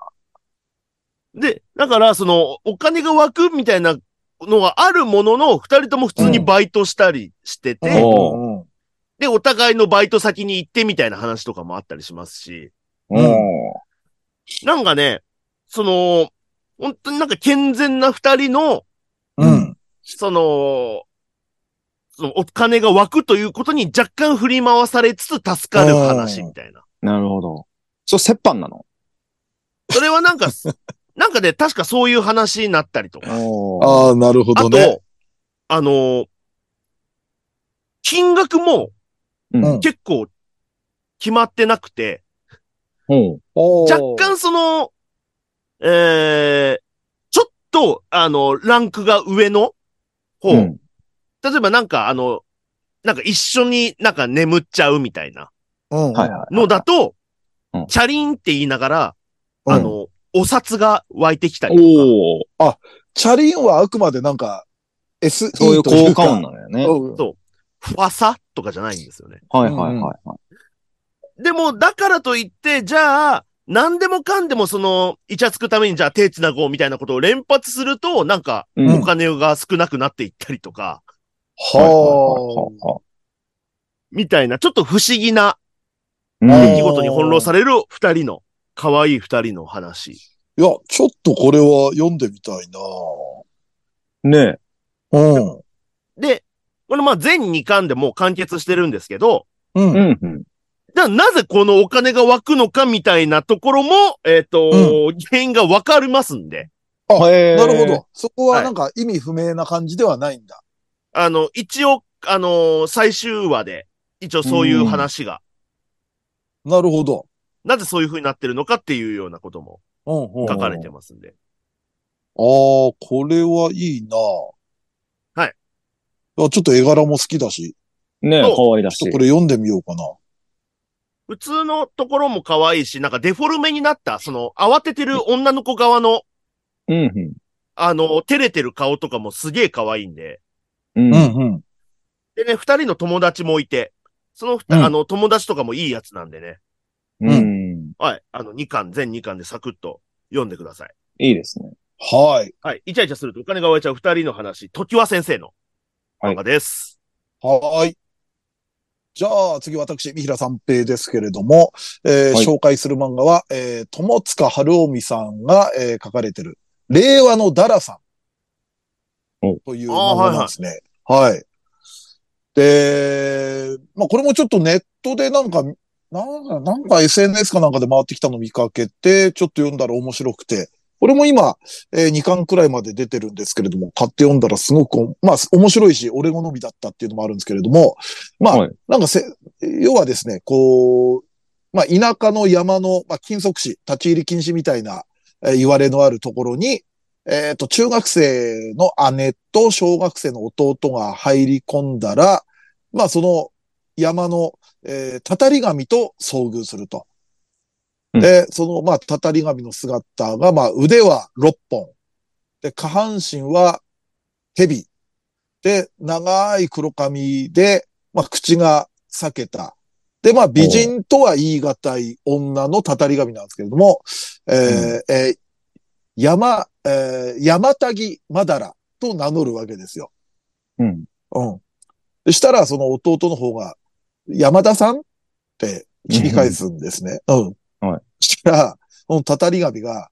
[SPEAKER 3] んで、だから、その、お金が湧くみたいなのはあるものの、二人とも普通にバイトしたりしてて、
[SPEAKER 2] うん
[SPEAKER 1] お
[SPEAKER 3] で、お互いのバイト先に行ってみたいな話とかもあったりしますし、
[SPEAKER 2] うん
[SPEAKER 3] なんかね、その、本当になんか健全な二人の、
[SPEAKER 1] (laughs) うん。うん。
[SPEAKER 3] その、そのお金が湧くということに若干振り回されつつ助かる話みたいな。
[SPEAKER 2] なるほど。そう、折半なの
[SPEAKER 3] それはなんか、 (laughs) なんかね、確かそういう話になったりとか。
[SPEAKER 2] お
[SPEAKER 1] ああ、なるほ
[SPEAKER 3] あ
[SPEAKER 1] どね。
[SPEAKER 3] と、あのー金額も
[SPEAKER 2] うん。
[SPEAKER 3] 結構決まってなくて、
[SPEAKER 2] ほう
[SPEAKER 1] 若
[SPEAKER 3] 若干その、えー、ちょっと、あの、ランクが上の方、
[SPEAKER 2] うん。
[SPEAKER 3] 例えばなんかあの、なんか一緒になんか眠っちゃうみたいな
[SPEAKER 1] うん。
[SPEAKER 2] はいはい。
[SPEAKER 3] のだと、
[SPEAKER 2] うん
[SPEAKER 3] チャリンって言いながら、
[SPEAKER 1] うん
[SPEAKER 3] あの、お札が湧いてきたりとか、
[SPEAKER 2] おお。
[SPEAKER 1] チャリンはあくまでなんか、SE と
[SPEAKER 2] そうい
[SPEAKER 1] いうう
[SPEAKER 2] 効果
[SPEAKER 1] か
[SPEAKER 2] 音なのよね。
[SPEAKER 1] うん
[SPEAKER 3] ファサとかじゃないんですよね。
[SPEAKER 2] はいはいはいはい。
[SPEAKER 3] でも、だからといって、じゃあ、何でもかんでもその、イチャつくためにじゃあ手繋ごうみたいなことを連発すると、なんか、
[SPEAKER 2] うん
[SPEAKER 3] お金が少なくなっていったりとか、
[SPEAKER 1] は
[SPEAKER 3] みたいな、ちょっと不思議な
[SPEAKER 1] はい
[SPEAKER 3] 出来事に翻弄される二人の、可愛い二人の話。
[SPEAKER 1] あ。いや、ちょっとこれは読んでみたいな
[SPEAKER 2] ねえ。
[SPEAKER 1] うん。
[SPEAKER 3] で、これまあ全2巻でもう完結してるんですけど、
[SPEAKER 1] うん。
[SPEAKER 2] うんうん。
[SPEAKER 3] じゃあなぜこのお金が湧くのかみたいなところも、えっ、と、原因がわかりますんで、
[SPEAKER 2] へー
[SPEAKER 1] なるほ。ど。そこはなんか意味不明な感じではないんだ。
[SPEAKER 3] あの、一応、あのー最終話で、一応そういう話が、
[SPEAKER 1] なるほど。
[SPEAKER 3] なぜそういう風になってるのかっていうようなことも
[SPEAKER 1] うんうん。
[SPEAKER 3] 書かれてますんで。
[SPEAKER 1] ああ、これはいいな
[SPEAKER 3] はい
[SPEAKER 1] いや。ちょっと絵柄も好きだし、
[SPEAKER 2] ねえ、
[SPEAKER 3] そう
[SPEAKER 2] 可愛らし
[SPEAKER 1] ちょっ
[SPEAKER 2] い
[SPEAKER 1] とこ。れ読んでみようかな。
[SPEAKER 3] 普通のところも可愛いし、なんかデフォルメになった、その慌ててる女の子側の、
[SPEAKER 2] うん
[SPEAKER 3] あの、照れてる顔とかもすげえ可愛いんで。
[SPEAKER 2] うん。
[SPEAKER 1] う
[SPEAKER 2] うん。
[SPEAKER 1] んうん。
[SPEAKER 3] でね、二人の友達もいて、その二、
[SPEAKER 1] うん
[SPEAKER 3] あの、友達とかもいいやつなんでね。
[SPEAKER 2] うん。
[SPEAKER 3] はい。あの、二巻、全二巻でサクッと読んでください。
[SPEAKER 2] いいですね。
[SPEAKER 1] はい。
[SPEAKER 3] はい。イチャイチャするとお金が湧いちゃう二人の話、時は先生の漫画です。
[SPEAKER 1] はい。じゃあ、次私、三平三平ですけれども、えー
[SPEAKER 2] はい
[SPEAKER 1] 紹介する漫画は、えー、友塚春臣さんが、えー書かれてる、令和のダラさん
[SPEAKER 2] お。
[SPEAKER 1] という漫
[SPEAKER 3] あー
[SPEAKER 1] 画なんですね。はい、で、まあ、これもちょっとネットでなんか、なんか、なんか SNS かなんかで回ってきたの見かけて、ちょっと読んだら面白くて、これも今、え2巻くらいまで出てるんですけれども、買って読んだらすごく、まあ、面白いし、俺好みだったっていうのもあるんですけれども、まあ、
[SPEAKER 2] はい
[SPEAKER 1] なんかせ、要はですね、こう、まあ、田舎の山の、まあ、禁足地、立ち入り禁止みたいな、えー言われのあるところに、えっ、と、中学生の姉と小学生の弟が入り込んだら、まあ、その山の、えーたたり神と遭遇すると。
[SPEAKER 2] うん
[SPEAKER 1] で、その、まあ、たたり神の姿が、まあ、腕は6本。で、下半身は蛇。で、長い黒髪で、まあ、口が裂けた。で、まあ、美人とは言い難い女のたたり神なんですけれども、えーえー山、えー山田木まだらと名乗るわけですよ。
[SPEAKER 2] うん。
[SPEAKER 1] うん。でしたら、その弟の方が、山田さんって切り返すんですね。うん。
[SPEAKER 2] はい
[SPEAKER 1] したら、このたたり神が、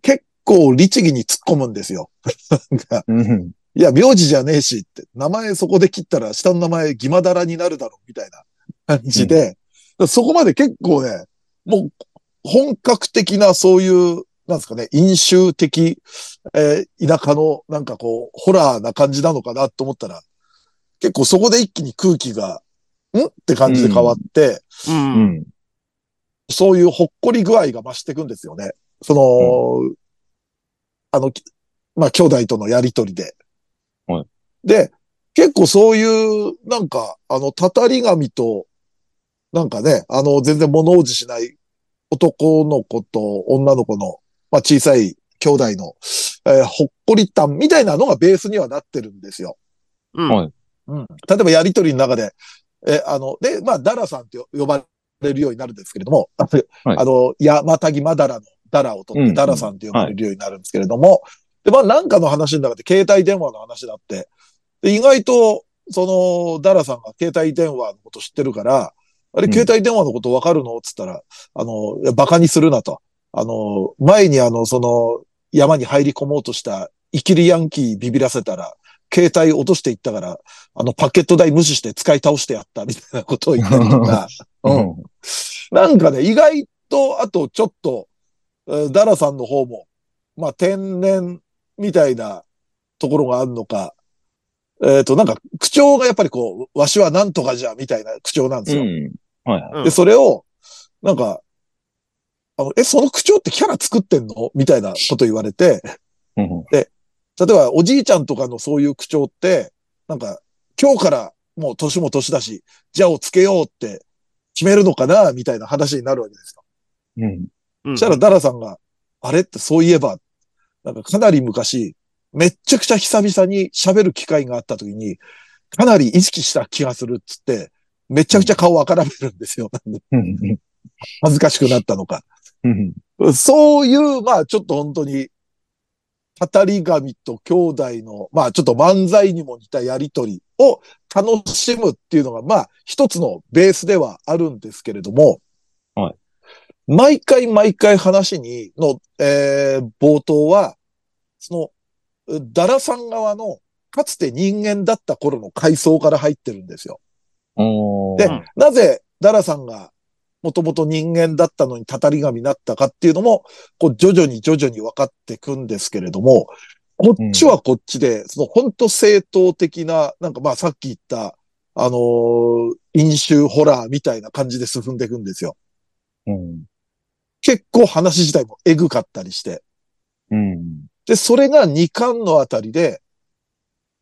[SPEAKER 1] 結構律儀に突っ込むんですよ。 (laughs) なんか
[SPEAKER 2] うん。
[SPEAKER 1] いや、名字じゃねえしって、名前そこで切ったら下の名前ギマダラになるだろうみたいな感じで、だからそこまで結構ね、もう本格的なそういう、なんですかね、飲酒的、えー田舎のなんかこう、ホラーな感じなのかなと思ったら、結構そこで一気に空気が、んって感じで変わって、
[SPEAKER 3] うん
[SPEAKER 2] う。ん。
[SPEAKER 1] そういうほっこり具合が増していくんですよね。その、あの、きまあ、兄弟とのやりとりで。
[SPEAKER 2] はい
[SPEAKER 1] で、結構そういう、なんか、あの、たたり神と、なんかね、あの、全然物おじしない男の子と女の子の、まあ、小さい兄弟の、えーほっこりたんみたいなのがベースにはなってるんですよ。
[SPEAKER 3] うん
[SPEAKER 2] はい
[SPEAKER 1] うん。例えばやりとりの中で、え、あの、で、まあ、ダラさんってよ呼ばれるようになるんですけれども、あの、
[SPEAKER 2] はい
[SPEAKER 1] あの山田木まだらのダラを取っ
[SPEAKER 2] う
[SPEAKER 1] て、
[SPEAKER 2] ん
[SPEAKER 1] ダラさんって呼ばれるようになるんですけれども、で、まあ、なんかの話の中で、携帯電話の話だって、で意外と、その、ダラさんが携帯電話のこと知ってるから、あれ、
[SPEAKER 2] うん
[SPEAKER 1] 携帯電話のことわかるのつったら、あの、いやバカにするなと。あの、前にあの、その、山に入り込もうとした、イキリヤンキービビらせたら、携帯落としていったから、あの、パケット代無視して使い倒してやった、みたいなことを言ったりとか、うん。なんかね、意外と、あとちょっと、えーダラさんの方も、まあ、天然みたいなところがあるのか、えっ、と、なんか、口調がやっぱりこう、わしはなんとかじゃ、みたいな口調なんですよ。
[SPEAKER 2] ん。はいはい。
[SPEAKER 3] うん
[SPEAKER 1] で、それを、なんか、あの、え、その口調ってキャラ作ってんのみたいなこと言われて、
[SPEAKER 2] うん。
[SPEAKER 1] 例えばおじいちゃんとかのそういう口調って、なんか、今日からもう年も年だし、じゃあをつけようって決めるのかなみたいな話になるわけですよ。
[SPEAKER 2] うん。
[SPEAKER 3] う
[SPEAKER 1] そ
[SPEAKER 3] ん
[SPEAKER 1] したらダラさんが、あれってそういえば、なんかかなり昔、めっちゃくちゃ久々に喋る機会があった時に、かなり意識した気がするっつって、めちゃくちゃ顔を赤らめるんですよ。
[SPEAKER 2] うん。
[SPEAKER 1] 恥ずかしくなったのか。
[SPEAKER 2] うん。
[SPEAKER 1] そういう、まあちょっと本当に、語り神と兄弟の、まあちょっと漫才にも似たやりとりを楽しむっていうのが、まあ一つのベースではあるんですけれども、
[SPEAKER 2] はい
[SPEAKER 1] 毎回毎回話に、の、えー冒頭は、その、うダラさん側の、かつて人間だった頃の階層から入ってるんですよ。
[SPEAKER 2] お
[SPEAKER 1] で
[SPEAKER 2] ー。、
[SPEAKER 1] なぜダラさんがもともと人間だったのにたたり神になったかっていうのも、こう徐々に徐々に分かってくんですけれども、こっちはこっちで、その本当正当的な、なんかまあさっき言った、あのー飲酒ホラーみたいな感じで進んでいくんですよ。
[SPEAKER 2] うん。
[SPEAKER 1] 結構話自体もエグかったりして。
[SPEAKER 2] うん。
[SPEAKER 1] で、それが2巻のあたりで、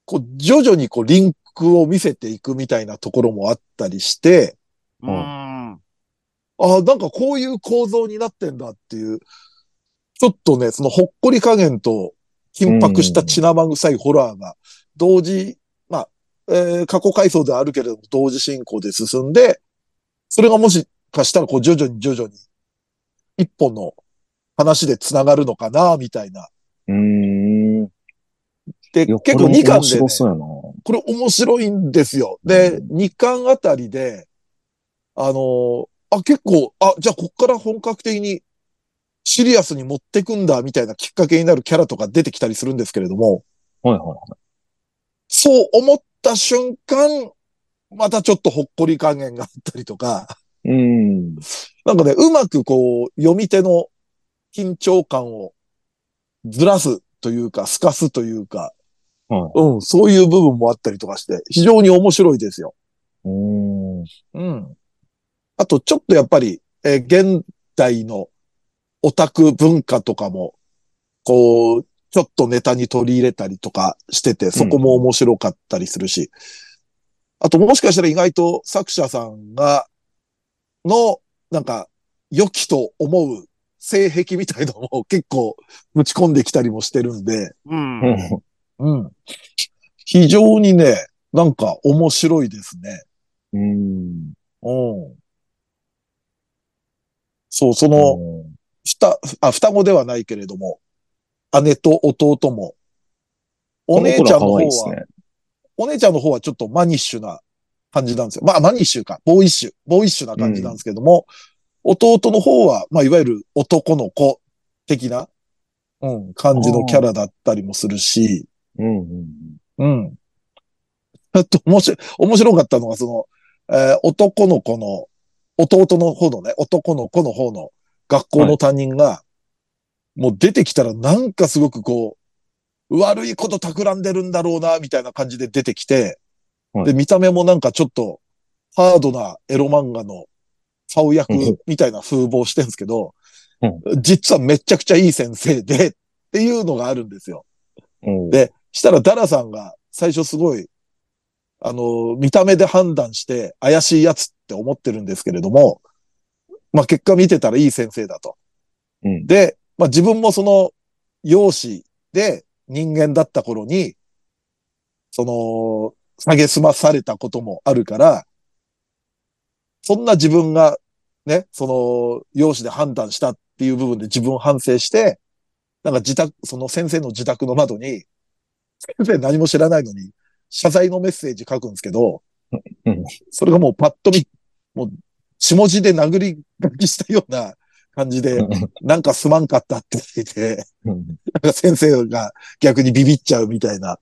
[SPEAKER 1] こう徐々にこうリンクを見せていくみたいなところもあったりして、
[SPEAKER 3] うん。
[SPEAKER 1] ああ、なんかこういう構造になってんだっていう、ちょっとね、そのほっこり加減と緊迫した血生臭いホラーが同時、まあ、えー過去回想ではあるけれども同時進行で進んで、それがもしかしたらこう徐々に徐々に一本の話で繋がるのかな、みたいな。
[SPEAKER 2] うーん。
[SPEAKER 1] で、
[SPEAKER 2] いや
[SPEAKER 1] 結構2
[SPEAKER 2] これも
[SPEAKER 1] 巻
[SPEAKER 2] 面
[SPEAKER 1] で、
[SPEAKER 2] 白
[SPEAKER 1] ね、
[SPEAKER 2] そうやな。
[SPEAKER 1] これ面白いんですよ。で、2巻あたりで、あのーあ、結構、あ、じゃあこっから本格的にシリアスに持ってくんだ、みたいなきっかけになるキャラとか出てきたりするんですけれども、
[SPEAKER 2] はいはいはい。
[SPEAKER 1] そう思った瞬間、またちょっとほっこり加減があったりとか、
[SPEAKER 2] うん。
[SPEAKER 1] なんかね、うまくこう、読み手の緊張感をずらすというか、透かすというか、
[SPEAKER 2] はい
[SPEAKER 1] うん、そういう部分もあったりとかして、非常に面白いですよ。
[SPEAKER 2] うん。
[SPEAKER 1] うん。あと、ちょっとやっぱり、えー現代のオタク文化とかも、こう、ちょっとネタに取り入れたりとかしてて、そこも面白かったりするし、あと、もしかしたら意外と作者さんが、の、なんか、良きと思う性癖みたいのも結構ぶち込んできたりもしてるんで、
[SPEAKER 3] うん。
[SPEAKER 1] うん。非常にね、なんか面白いですね。
[SPEAKER 2] うん。
[SPEAKER 1] うん。そう、その、ふた、あ、双子ではないけれども、姉と弟も、お姉ちゃ
[SPEAKER 2] こ子ら
[SPEAKER 1] んの方
[SPEAKER 2] 可
[SPEAKER 1] は
[SPEAKER 2] 愛いですね。
[SPEAKER 1] お姉ちゃんの方はちょっとマニッシュな感じなんですよ。まあ、マニッシュか、ボーイッシュ、ボーイッシュな感じなんですけども、弟の方は、まあ、いわゆる男の子的な、うん、感じのキャラだったりもするし、
[SPEAKER 2] うんうん
[SPEAKER 1] うん。 (laughs) あと、面白い、面白かったのが、その、えー男の子の、弟の方のね、男の子の方の学校の担任が、もう出てきたらなんかすごくこう、悪いこと企んでるんだろうな、みたいな感じで出てきて、
[SPEAKER 2] はい
[SPEAKER 1] で、見た目もなんかちょっと、ハードなエロ漫画の、サオ役
[SPEAKER 2] うん
[SPEAKER 1] みたいな風貌してるんですけど、
[SPEAKER 2] うん
[SPEAKER 1] 実はめちゃくちゃいい先生で、っていうのがあるんですよ。
[SPEAKER 2] うん。
[SPEAKER 1] で、したらダラさんが最初すごい、あの、見た目で判断して怪しいやつって思ってるんですけれども、まあ結果見てたらいい先生だと。
[SPEAKER 2] うん
[SPEAKER 1] で、まあ自分もその容姿で人間だった頃に、その、下げすまされたこともあるから、そんな自分がね、その、容姿で判断したっていう部分で自分を反省して、なんか自宅、その先生の自宅の窓に、先生何も知らないのに、謝罪のメッセージ書くんですけど
[SPEAKER 2] うん、
[SPEAKER 1] それがもうパッと見、もう、血文字で殴り書きしたような感じで、なんかすまんかったって言って、 (laughs)
[SPEAKER 2] うん
[SPEAKER 1] なんか先生が逆にビビっちゃうみたいな、
[SPEAKER 2] は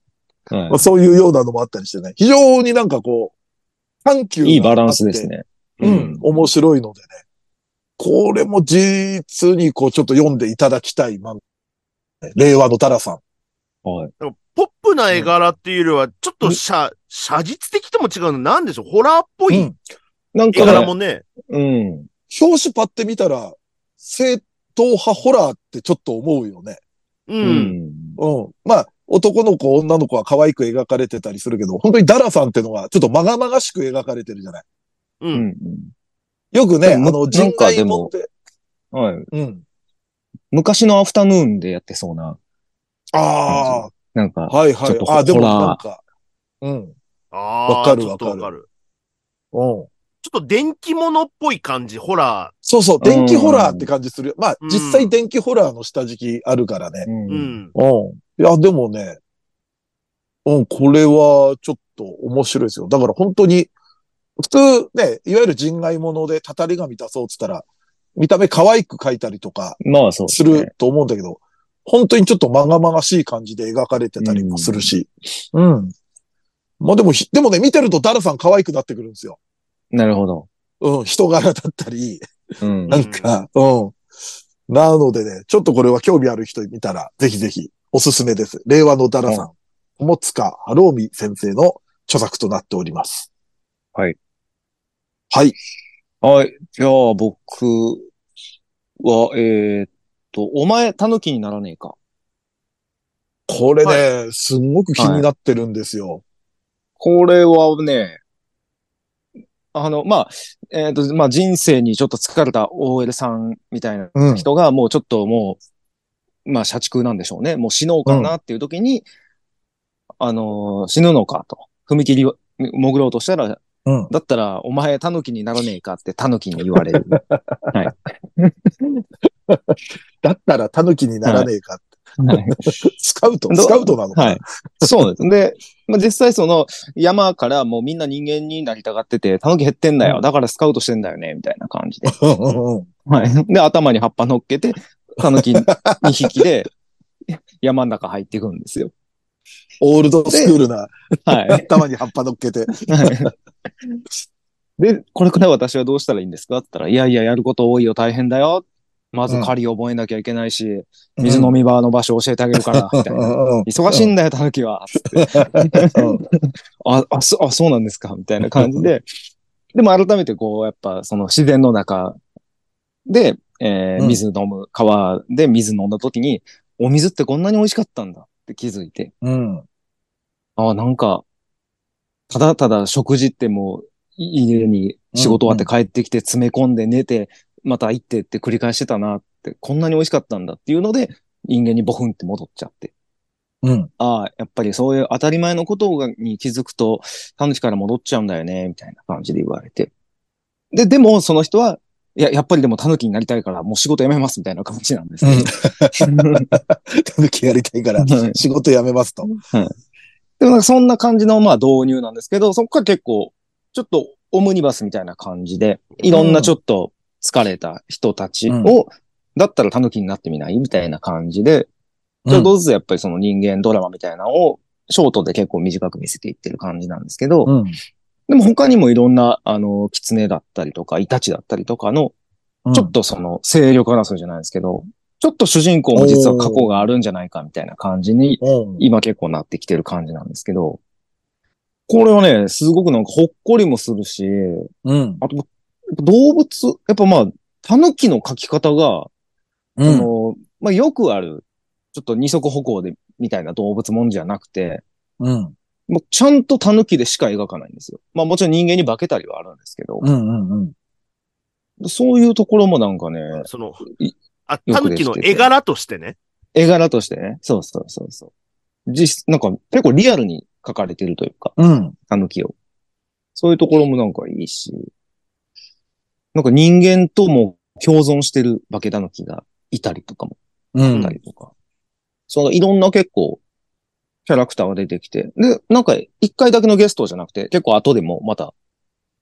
[SPEAKER 2] い
[SPEAKER 1] まあ、そういうようなのもあったりしてね、非常になんかこう、緩急があって
[SPEAKER 2] いいバランスですね。
[SPEAKER 1] うん、面白いのでね。これも実にこうちょっと読んでいただきたい漫画。令和のタラさん。
[SPEAKER 2] はい。
[SPEAKER 3] なんかポップな絵柄っていうよりは、ちょっと写、写実的とも違うの、なんでしょうホラーっぽ
[SPEAKER 1] う
[SPEAKER 3] い
[SPEAKER 1] ん。
[SPEAKER 2] なん
[SPEAKER 3] 絵柄
[SPEAKER 2] か
[SPEAKER 3] も
[SPEAKER 2] ね、
[SPEAKER 3] ね。
[SPEAKER 2] うん。
[SPEAKER 1] 表紙パッて見たら、正統派ホラーってちょっと思うよね。
[SPEAKER 3] う。。
[SPEAKER 2] うん
[SPEAKER 1] うん。まあ、男の子、女の子は可愛く描かれてたりするけど、本当にダラさんってのはちょっとまがまがしく描かれてるじゃない。
[SPEAKER 3] う。
[SPEAKER 2] うんん。
[SPEAKER 1] よくね、
[SPEAKER 2] で
[SPEAKER 1] あ
[SPEAKER 2] も
[SPEAKER 1] の、
[SPEAKER 2] な
[SPEAKER 1] 人
[SPEAKER 2] んか
[SPEAKER 1] 外
[SPEAKER 2] で
[SPEAKER 1] 持っ
[SPEAKER 2] も
[SPEAKER 1] て。
[SPEAKER 2] はい。
[SPEAKER 1] うん。
[SPEAKER 2] 昔のアフタヌーンでやってそうな、
[SPEAKER 1] あ
[SPEAKER 2] なんか
[SPEAKER 1] あ、、はいは
[SPEAKER 2] ち
[SPEAKER 1] い
[SPEAKER 2] ょっ。と
[SPEAKER 1] あでも
[SPEAKER 2] ホラー
[SPEAKER 1] なんか、うん。
[SPEAKER 3] あー
[SPEAKER 1] わかる
[SPEAKER 3] ちょっと
[SPEAKER 1] わかるうん。
[SPEAKER 3] ちょっと電気物っぽい感じ、ホラ
[SPEAKER 1] そうそう、電気ホラーって感じするよ。まあ
[SPEAKER 3] う、ん
[SPEAKER 1] 実際電気ホラーの下敷きあるからね。
[SPEAKER 2] う。
[SPEAKER 3] ー。うんん。
[SPEAKER 1] うん。いや、でもね、うん、これはちょっと面白いですよ。だから本当に、普通ね、いわゆる人外物でたたり紙出そうって言ったら、見た目可愛く描いたりとか
[SPEAKER 2] まあそうですすね。
[SPEAKER 1] ると思うんだけど、本当にちょっとまがまがしい感じで描かれてたりもするし。うん。まあでもひ、でもね、見てるとダラさん可愛くなってくるんですよ。
[SPEAKER 2] なるほど。
[SPEAKER 1] うん、人柄だったり。
[SPEAKER 2] うん
[SPEAKER 1] な。んか、うん。なのでね、ちょっとこれは興味ある人見たら、ぜひぜひおすすめです。令和のダラさん、友塚春臣先生の著作となっております。
[SPEAKER 2] はい。
[SPEAKER 1] はい。
[SPEAKER 2] はい。じゃあ僕は、えーっと、お前、狸にならねえか。
[SPEAKER 1] これね、すんごく気になってるんですよ。
[SPEAKER 2] これはね、あの、まあ、えーっと、まあ人生にちょっと疲れた OL さんみたいな
[SPEAKER 1] うん。
[SPEAKER 2] 人がもうちょっともう、まあ、社畜なんでしょうね。もう死のうかなっていう時に、あのー死ぬのかと。踏切を潜ろうとしたら、
[SPEAKER 1] うん。
[SPEAKER 2] だったら、お前、狸にならねえかって狸に言われる。はい。
[SPEAKER 1] だったら狸にならねえか。
[SPEAKER 2] (laughs) はい
[SPEAKER 1] スカウト
[SPEAKER 2] ど
[SPEAKER 1] スカウトなのか。
[SPEAKER 2] はい。そうです。で、まあ、実際その山からもうみんな人間になりたがってて、狸減ってんだ
[SPEAKER 1] う
[SPEAKER 2] よ。だからスカウトしてんだよね、みたいな感じで。
[SPEAKER 1] うんうんうん
[SPEAKER 2] はい。で、頭に葉っぱ乗っけて、狸2匹で山の中入っていくんですよ。
[SPEAKER 1] オールドスクールな
[SPEAKER 2] はい。
[SPEAKER 1] 頭に葉っぱ乗っけて。
[SPEAKER 2] で、これくらい私はどうしたらいいんですかって言ったら、いやいや、やること多いよ、大変だよ。まず狩り覚えなきゃいけないし、 (laughs) 水飲み場の場所教えてあげるから、みたいな。忙しいんだよ、狸は。つって
[SPEAKER 1] うん
[SPEAKER 2] あ、あ、そあそうなんですかみたいな感じ
[SPEAKER 1] (laughs)
[SPEAKER 2] で。でも改めてこう、やっぱその自然の中で、えー
[SPEAKER 1] うん
[SPEAKER 2] 水飲む、川で水飲んだ時に、お水ってこんなに美味しかったんだって気づいて。
[SPEAKER 1] うん。
[SPEAKER 2] あなんか、ただただ食事ってもう、家に仕事終わって帰ってきて詰め込んで寝て、また行ってって繰り返してたなって、こんなに美味しかったんだっていうので、人間にボフンって戻っちゃって。
[SPEAKER 1] うん。
[SPEAKER 2] ああ、やっぱりそういう当たり前のことがに気づくと、狸から戻っちゃうんだよね、みたいな感じで言われて。で、でも、その人は、いや、やっぱりでも狸になりたいから、もう仕事辞めます、みたいな感じなん (laughs) ですね。
[SPEAKER 1] 狸やりたいから
[SPEAKER 2] はい
[SPEAKER 1] 仕事辞めますと。
[SPEAKER 2] でも、そんな感じの、まあ、導入なんですけど、そこから結構、ちょっと、オムニバスみたいな感じで、いろんなちょっと疲れた人たちを、だったら狸になってみないみたいな感じで、ちょっとずつやっぱりその人間ドラマみたいなのを、ショートで結構短く見せていってる感じなんですけど、
[SPEAKER 1] うん。
[SPEAKER 2] でも他にもいろんな、あの、狐だったりとか、イタチだったりとかの、
[SPEAKER 1] うん
[SPEAKER 2] ちょっとその、勢力争いじゃないですけど、ちょっと主人公も実は過去があるんじゃないかみたいな感じに、
[SPEAKER 1] うん
[SPEAKER 2] 今結構なってきてる感じなんですけど、これはね、すごくなんかほっこりもするし、
[SPEAKER 1] うん。
[SPEAKER 2] あと、やっぱ動物、やっぱまあ、狸の描き方が、
[SPEAKER 1] う
[SPEAKER 2] あ
[SPEAKER 1] ん。
[SPEAKER 2] の、まあよくある、ちょっと二足歩行で、みたいな動物もんじゃなくて、
[SPEAKER 1] うん。
[SPEAKER 2] もうちゃんと狸でしか描かないんですよ。まあもちろん人間に化けたりはあるんですけど、
[SPEAKER 1] うん。うん。
[SPEAKER 2] そういうところもなんかね、
[SPEAKER 3] その
[SPEAKER 2] い、
[SPEAKER 3] あ、
[SPEAKER 2] よ
[SPEAKER 3] タ
[SPEAKER 2] く
[SPEAKER 3] ヌ
[SPEAKER 2] で
[SPEAKER 3] キ
[SPEAKER 2] きてて
[SPEAKER 3] の絵柄としてね。
[SPEAKER 2] 絵柄としてね、そうそうそうそう。実、なんか結構リアルに描かれてるというか、
[SPEAKER 1] うん。
[SPEAKER 2] 狸を。そういうところもなんかいいし、なんか人間とも共存してる化け狸がいたりとかも、
[SPEAKER 1] う
[SPEAKER 2] い
[SPEAKER 1] ん
[SPEAKER 2] た。りとか。そのいろんな結構、キャラクターが出てきて、で、なんか一回だけのゲストじゃなくて、結構後でもまた、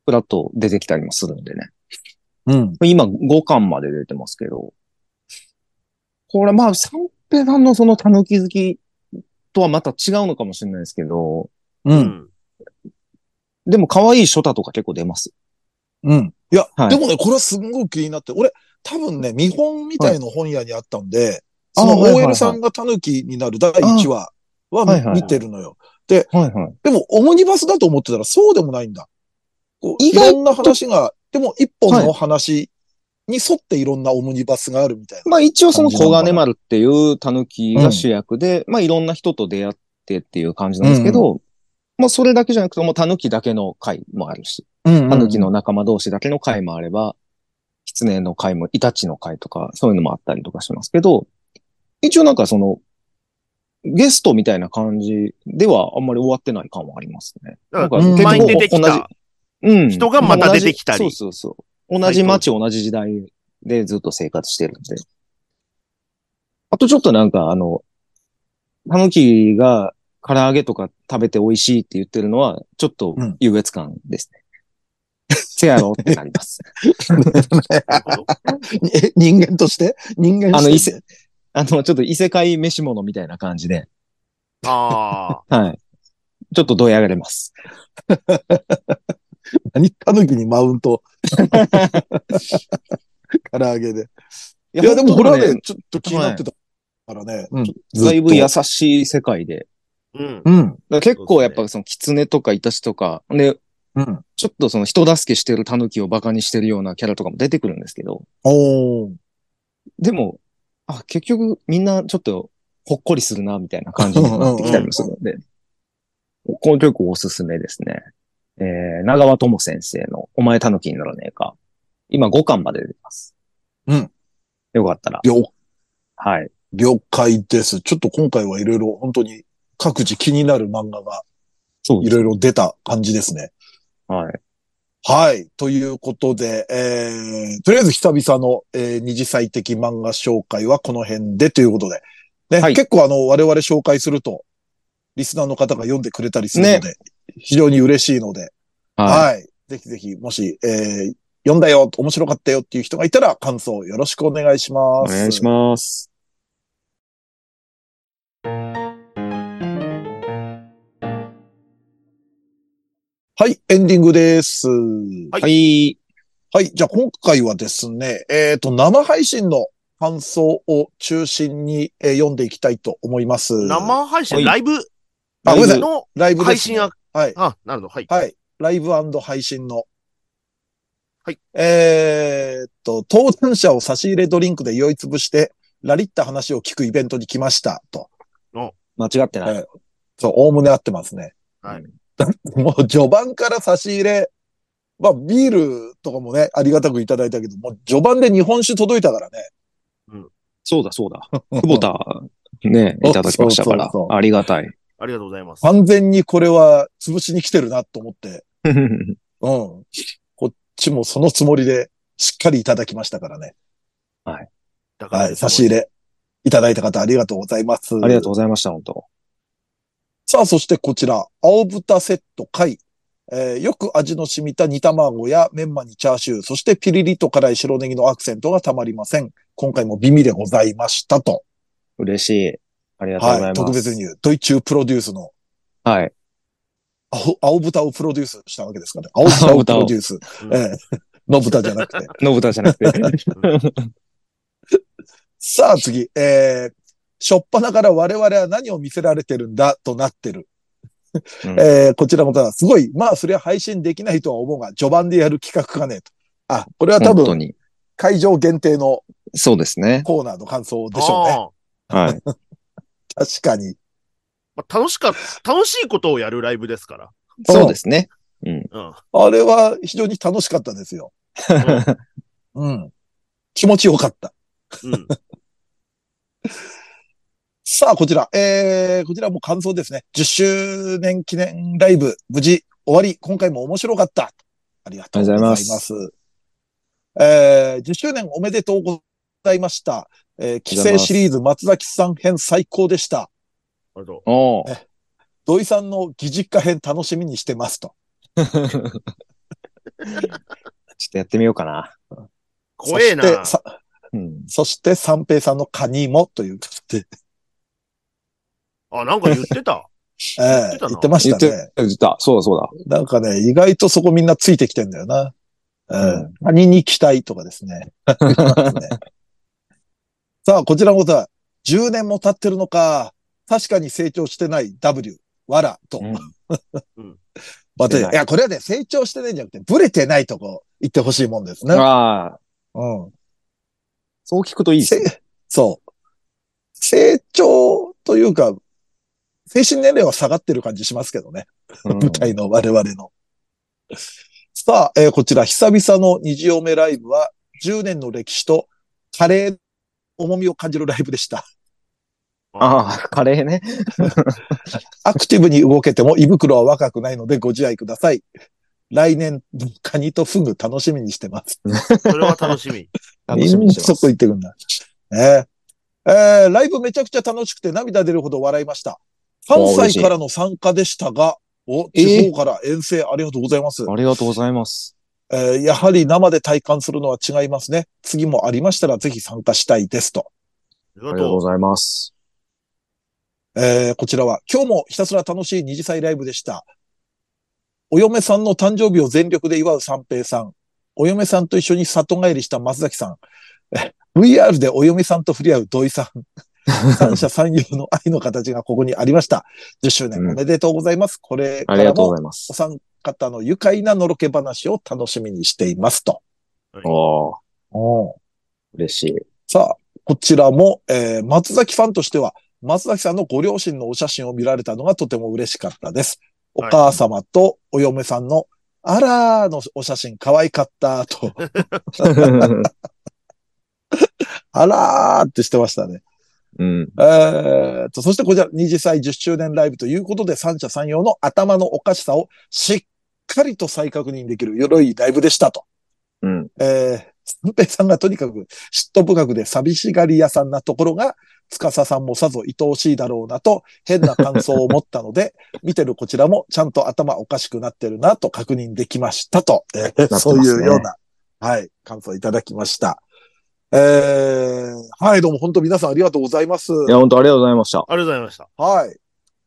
[SPEAKER 2] フラッと出てきたりもするんでね。
[SPEAKER 1] うん。
[SPEAKER 2] 今5巻まで出てますけど、これまあ、三平さんのその狸好きとはまた違うのかもしれないですけど、
[SPEAKER 1] う。。
[SPEAKER 3] うん
[SPEAKER 2] でも可愛いショタとか結構出ます。
[SPEAKER 1] うん。いや、
[SPEAKER 2] はい
[SPEAKER 1] でもね、これはすんごく気になって、俺、多分ね、見本みたいの本屋にあったんで、
[SPEAKER 2] あ
[SPEAKER 1] その
[SPEAKER 2] はいはいは
[SPEAKER 1] OL
[SPEAKER 2] い
[SPEAKER 1] さんが狸になる第1話
[SPEAKER 2] はいはい
[SPEAKER 1] は
[SPEAKER 2] はい
[SPEAKER 1] 見てるのよ。
[SPEAKER 2] はいはい。
[SPEAKER 1] でも、オムニバスだと思ってたらそうでもないんだ。こう
[SPEAKER 2] 意
[SPEAKER 1] い
[SPEAKER 2] 外と
[SPEAKER 1] ろんな話が、でも一本
[SPEAKER 2] は
[SPEAKER 1] の話に沿っていろんなオムニバスがあるみたいな。
[SPEAKER 2] まあ一応その小金丸っていう狸が主役で、まあいろんな人と出会ってっていう感じなんですけど、まあそれだけじゃなくてもう狸だけの回もあるし、
[SPEAKER 1] うん
[SPEAKER 2] 狸の仲間同士だけの回もあれば、狐の回も、イタチの回とか、そういうのもあったりとかしますけど、一応なんかその、ゲストみたいな感じではあんまり終わってない感はありますね。
[SPEAKER 3] だか
[SPEAKER 1] う
[SPEAKER 3] ら、
[SPEAKER 1] ん
[SPEAKER 3] 前に出てき
[SPEAKER 2] 同じ
[SPEAKER 3] た。
[SPEAKER 2] うん。
[SPEAKER 3] 人がまた出てきたり
[SPEAKER 2] 同じそうそうそう。同じ街、同じ時代でずっと生活してるんで。あとちょっとなんかあの、タヌキが唐揚げとか食べて美味しいって言ってるのは、ちょっと優越感ですね。 (laughs) せやろってなります。 (laughs)
[SPEAKER 1] え、 (laughs) 人間として人間
[SPEAKER 2] あ
[SPEAKER 1] として
[SPEAKER 2] の伊勢あの、ちょっと異世界飯物みたいな感じで、
[SPEAKER 3] ああ。
[SPEAKER 2] はい。ちょっとどやがれます。
[SPEAKER 1] 何狸にマウント。 (laughs) 唐揚げで。
[SPEAKER 2] い
[SPEAKER 1] いや、でもこれは
[SPEAKER 2] 本当
[SPEAKER 1] ね、ちょっと気になってたからね。うん
[SPEAKER 2] だいぶ優しい世界で。
[SPEAKER 3] うん。
[SPEAKER 1] うん。
[SPEAKER 2] だから結構やっぱその狐とかイタチとか、で、
[SPEAKER 1] うん。
[SPEAKER 2] ちょっとその人助けしてる狸をバカにしてるようなキャラとかも出てくるんですけど、
[SPEAKER 1] おー。
[SPEAKER 2] でも、あ、結局みんなちょっとほっこりするな、みたいな感じになってきたりもするので、これ結構おすすめですね。えー、長輪智先生のお前狸にならねえか。今5巻まで出てます。
[SPEAKER 1] うん。
[SPEAKER 2] よかったら。
[SPEAKER 1] 了
[SPEAKER 2] はい。
[SPEAKER 1] 了解です。ちょっと今回はいろいろ本当に各自気になる漫画が
[SPEAKER 2] そう
[SPEAKER 1] い
[SPEAKER 2] です。
[SPEAKER 1] ろいろ出た感じですね。
[SPEAKER 2] はい。
[SPEAKER 1] はい。ということで、えー、とりあえず久々の、えー二次祭的漫画紹介はこの辺でということで。ね、
[SPEAKER 2] はい
[SPEAKER 1] 結構あの、我々紹介すると、リスナーの方が読んでくれたりするので、非常に嬉しいので、はい、ぜひぜひ、もし、えー読んだよ、面白かったよっていう人がいたら、感想よろしくお願いし
[SPEAKER 2] お
[SPEAKER 1] ます。
[SPEAKER 2] 願いします。
[SPEAKER 1] はい、エンディングです。
[SPEAKER 3] はい
[SPEAKER 2] はい。
[SPEAKER 1] はい。じゃあ今回はですね、えっ、と、生配信の感想を中心に、えー読んでいきたいと思います。
[SPEAKER 3] 生配
[SPEAKER 2] は
[SPEAKER 3] 信、
[SPEAKER 2] い
[SPEAKER 3] ライブ
[SPEAKER 1] あ、ごめんなさい。
[SPEAKER 3] の
[SPEAKER 1] ライブです、ね。
[SPEAKER 3] 配信は、
[SPEAKER 1] はい。
[SPEAKER 3] あ、なるほど、はい。
[SPEAKER 1] はい。ライブ配信の。
[SPEAKER 3] はい。
[SPEAKER 1] えーっと、登壇者を差し入れドリンクで酔いつぶして、ラリった話を聞くイベントに来ました。と。
[SPEAKER 2] 間違ってない。
[SPEAKER 1] はいそう、おおむね合ってますね。
[SPEAKER 3] はい。
[SPEAKER 1] (laughs) もう序盤から差し入れ、まあ、ビールとかもね、ありがたくいただいたけど、もう序盤で日本酒届いたからね。
[SPEAKER 2] そうだそうだ。久保田、ね、いただきましたから
[SPEAKER 1] そうそう。そう
[SPEAKER 2] ありが
[SPEAKER 1] (laughs)
[SPEAKER 2] たい。
[SPEAKER 3] ありがとうございます。
[SPEAKER 1] 完全にこれは潰しに来てるなと思って、うん。こっちもそのつもりでしっかりいただきましたからね。
[SPEAKER 3] だから
[SPEAKER 1] はい、差し入れいただいた方ありがとうございます。
[SPEAKER 2] ありがとうございました、本当
[SPEAKER 1] さあ、そしてこちら、青豚セット貝。えーよく味の染みた煮卵やメンマにチャーシュー、そしてピリリと辛い白ネギのアクセントがたまりません。今回も美味でございましたと。
[SPEAKER 2] 嬉しい。ありがとうござい
[SPEAKER 1] は
[SPEAKER 2] ます。
[SPEAKER 1] い。特別。にドイチュープロデュースの
[SPEAKER 2] はい。
[SPEAKER 1] 青青豚をプロデュースしたわけですからね。青豚をプロデ
[SPEAKER 2] (laughs)
[SPEAKER 1] ュース。 (laughs)
[SPEAKER 3] うん
[SPEAKER 1] えー、の豚じゃなくて。
[SPEAKER 2] のぶたじゃなくて。
[SPEAKER 1] さあ次、えー、しょっぱなから我々は何を見せられてるんだとなってる。
[SPEAKER 2] うん
[SPEAKER 1] えー、こちらもただ、すごい、まあ、それは配信できないとは思うが、序盤でやる企画かねえと。 (laughs) あ、これは多
[SPEAKER 2] 本当
[SPEAKER 1] 分、
[SPEAKER 2] に。
[SPEAKER 1] 会場限定の
[SPEAKER 2] そうですね。
[SPEAKER 1] コーナーの感想でしょうね。
[SPEAKER 3] あ
[SPEAKER 1] (laughs)
[SPEAKER 3] ー
[SPEAKER 2] はい。
[SPEAKER 1] 確かに。
[SPEAKER 3] まあ楽しかっ、楽しいことをやるライブですから。
[SPEAKER 2] そうですね。
[SPEAKER 1] (laughs)
[SPEAKER 2] うん。
[SPEAKER 3] うん。
[SPEAKER 1] あれは非常に楽しかったですよ。うん。気持ちよかった。
[SPEAKER 3] うん。
[SPEAKER 1] さあ、こちら、えー、こちらも感想ですね。10周年記念ライブ、無事終わり、今回も面白かった。ありがとうございます。
[SPEAKER 2] ありがと
[SPEAKER 1] えー、10周年おめでとうございました。えー、帰省シリーズ松崎さん編最高でした。
[SPEAKER 3] ありが
[SPEAKER 2] (laughs)
[SPEAKER 3] と
[SPEAKER 1] (laughs)
[SPEAKER 2] おー
[SPEAKER 1] 土井さんの義実家編楽しみにしてますと。
[SPEAKER 2] ちょっとやってみようかな。
[SPEAKER 3] う怖えな。
[SPEAKER 1] そして、さ
[SPEAKER 2] うん。
[SPEAKER 1] そして三平さんのカニもということで、
[SPEAKER 3] あ、なんか言ってた。
[SPEAKER 1] え
[SPEAKER 3] 言っ
[SPEAKER 1] ー
[SPEAKER 3] てたな
[SPEAKER 1] 言ってま
[SPEAKER 2] 言
[SPEAKER 1] し
[SPEAKER 2] って
[SPEAKER 1] たね。、
[SPEAKER 2] 言った。そうだそう
[SPEAKER 1] なんかね、意外とそこみんなついてきてんだよな。うん。カニに期待とかですね。
[SPEAKER 2] だ。
[SPEAKER 1] さあ、こちらのことは、10年も経ってるのか、確かに成長してない W、わらと。
[SPEAKER 2] うん
[SPEAKER 1] (laughs) また、
[SPEAKER 2] し
[SPEAKER 1] い
[SPEAKER 2] てない
[SPEAKER 1] や、これはね、成長してないんじゃなくて、ブレてないとこ言ってほしいもんですね。
[SPEAKER 2] (laughs) ああ、
[SPEAKER 1] うん。
[SPEAKER 2] そう聞くといいですね。
[SPEAKER 1] せそう。成長というか、精神年齢は下がってる感じしますけどね。
[SPEAKER 2] うん
[SPEAKER 1] 舞台の我々の。さあ、えーこちら、久々の虹嫁ライブは、10年の歴史と、カレーの重みを感じるライブでした。
[SPEAKER 2] ああ、カレーね。
[SPEAKER 1] アクティブに動けても胃袋は若くないのでご自愛ください。来年、カニとフグ楽しみにしてます。
[SPEAKER 3] それは楽しみ。
[SPEAKER 2] 楽しみにして
[SPEAKER 1] そ
[SPEAKER 2] ま
[SPEAKER 1] こ
[SPEAKER 2] す
[SPEAKER 1] 行。ってくんだ。ねええーライブめちゃくちゃ楽しくて涙出るほど笑いました。関西からの参加でしたが、お、地方から遠征ありがとうございます。
[SPEAKER 2] ありがとうございます。
[SPEAKER 1] えーやはり生で体感するのは違いますね。次もありましたらぜひ参加したいですと。
[SPEAKER 3] あり
[SPEAKER 2] あり
[SPEAKER 3] が
[SPEAKER 2] がとう
[SPEAKER 3] と
[SPEAKER 2] ご
[SPEAKER 3] う。
[SPEAKER 2] ざい
[SPEAKER 1] (laughs)
[SPEAKER 2] ます。
[SPEAKER 1] えーこちらは、今日もひたすら楽しい二次祭ライブでした。お嫁さんの誕生日を全力で祝う三平さん。お嫁さんと一緒に里帰りした松崎さん。 (laughs) え VR でお嫁さんと触れ合う土井さん。三者三様の愛の形がここにありました。10周年おめでとうございます。これか
[SPEAKER 2] あり
[SPEAKER 1] ら
[SPEAKER 2] がとうご
[SPEAKER 1] も
[SPEAKER 2] ざいま
[SPEAKER 1] お
[SPEAKER 2] す。
[SPEAKER 1] 三方の愉快なのろけ話を楽しみにしていますと。
[SPEAKER 2] おー
[SPEAKER 1] おー
[SPEAKER 2] 嬉
[SPEAKER 1] (laughs)
[SPEAKER 2] しい。
[SPEAKER 1] さあ、こちらも、えー松崎ファンとしては、松崎さんのご両親のお写真を見られたのがとても嬉しかったです。お
[SPEAKER 3] はい
[SPEAKER 1] 母様とお嫁さんの、あらーのお写真可愛かった
[SPEAKER 3] (laughs)
[SPEAKER 1] と、あらーってしてましたね。
[SPEAKER 2] うん。
[SPEAKER 1] えーと、そしてこちら、二次祭10周年ライブということで、三者三様の頭のおかしさをしっかりと再確認できるよろいライブでしたと。
[SPEAKER 2] うん。
[SPEAKER 1] えー、三平さんがとにかく嫉妬深くで寂しがり屋さんなところが、司さんもさぞ愛おしいだろうなと変な感想を持ったので、 (laughs) 見てるこちらもちゃんと頭おかしくなってるなと確認できましたと、えー
[SPEAKER 2] てます
[SPEAKER 1] そ
[SPEAKER 2] ね
[SPEAKER 1] ういうような、はい、感想いただきました。えー、はい、どうも本当皆さんありがとうございます。
[SPEAKER 2] いや、本当ありがとうございました。
[SPEAKER 3] ありがとうございました。
[SPEAKER 1] はい。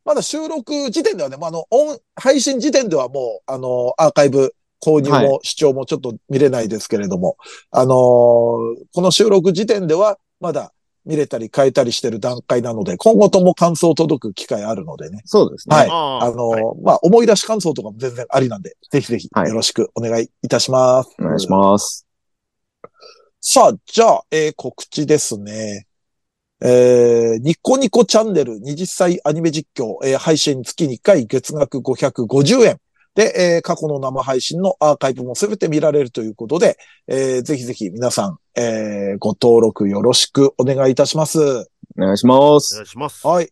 [SPEAKER 1] まだ収録時点ではね、まあ、あの、オン、配信時点ではもう、あの、アーカイブ、購入
[SPEAKER 2] は
[SPEAKER 1] も視聴もちょっと見れないですけれども、あのーこの収録時点ではまだ見れたり変えたりしてる段階なので、今後とも感想届く機会あるのでね。
[SPEAKER 2] そうですね。
[SPEAKER 1] はい。
[SPEAKER 3] あー
[SPEAKER 1] あのー
[SPEAKER 3] はい
[SPEAKER 1] まあ、思い出し感想とかも全然ありなんで、ぜひぜひ
[SPEAKER 2] はい
[SPEAKER 1] よろしくお願いいたします。
[SPEAKER 2] お願いします。
[SPEAKER 1] さあ、じゃあ、えー告知ですね。えーニコニコチャンネル20歳アニメ実況、えー配信月2回月額550円。で、えー過去の生配信のアーカイブもすべて見られるということで、えーぜひぜひ皆さん、えーご登録よろしくお願いいたします。
[SPEAKER 2] お願いしま
[SPEAKER 3] お
[SPEAKER 2] す
[SPEAKER 3] 願。いします。
[SPEAKER 1] はい。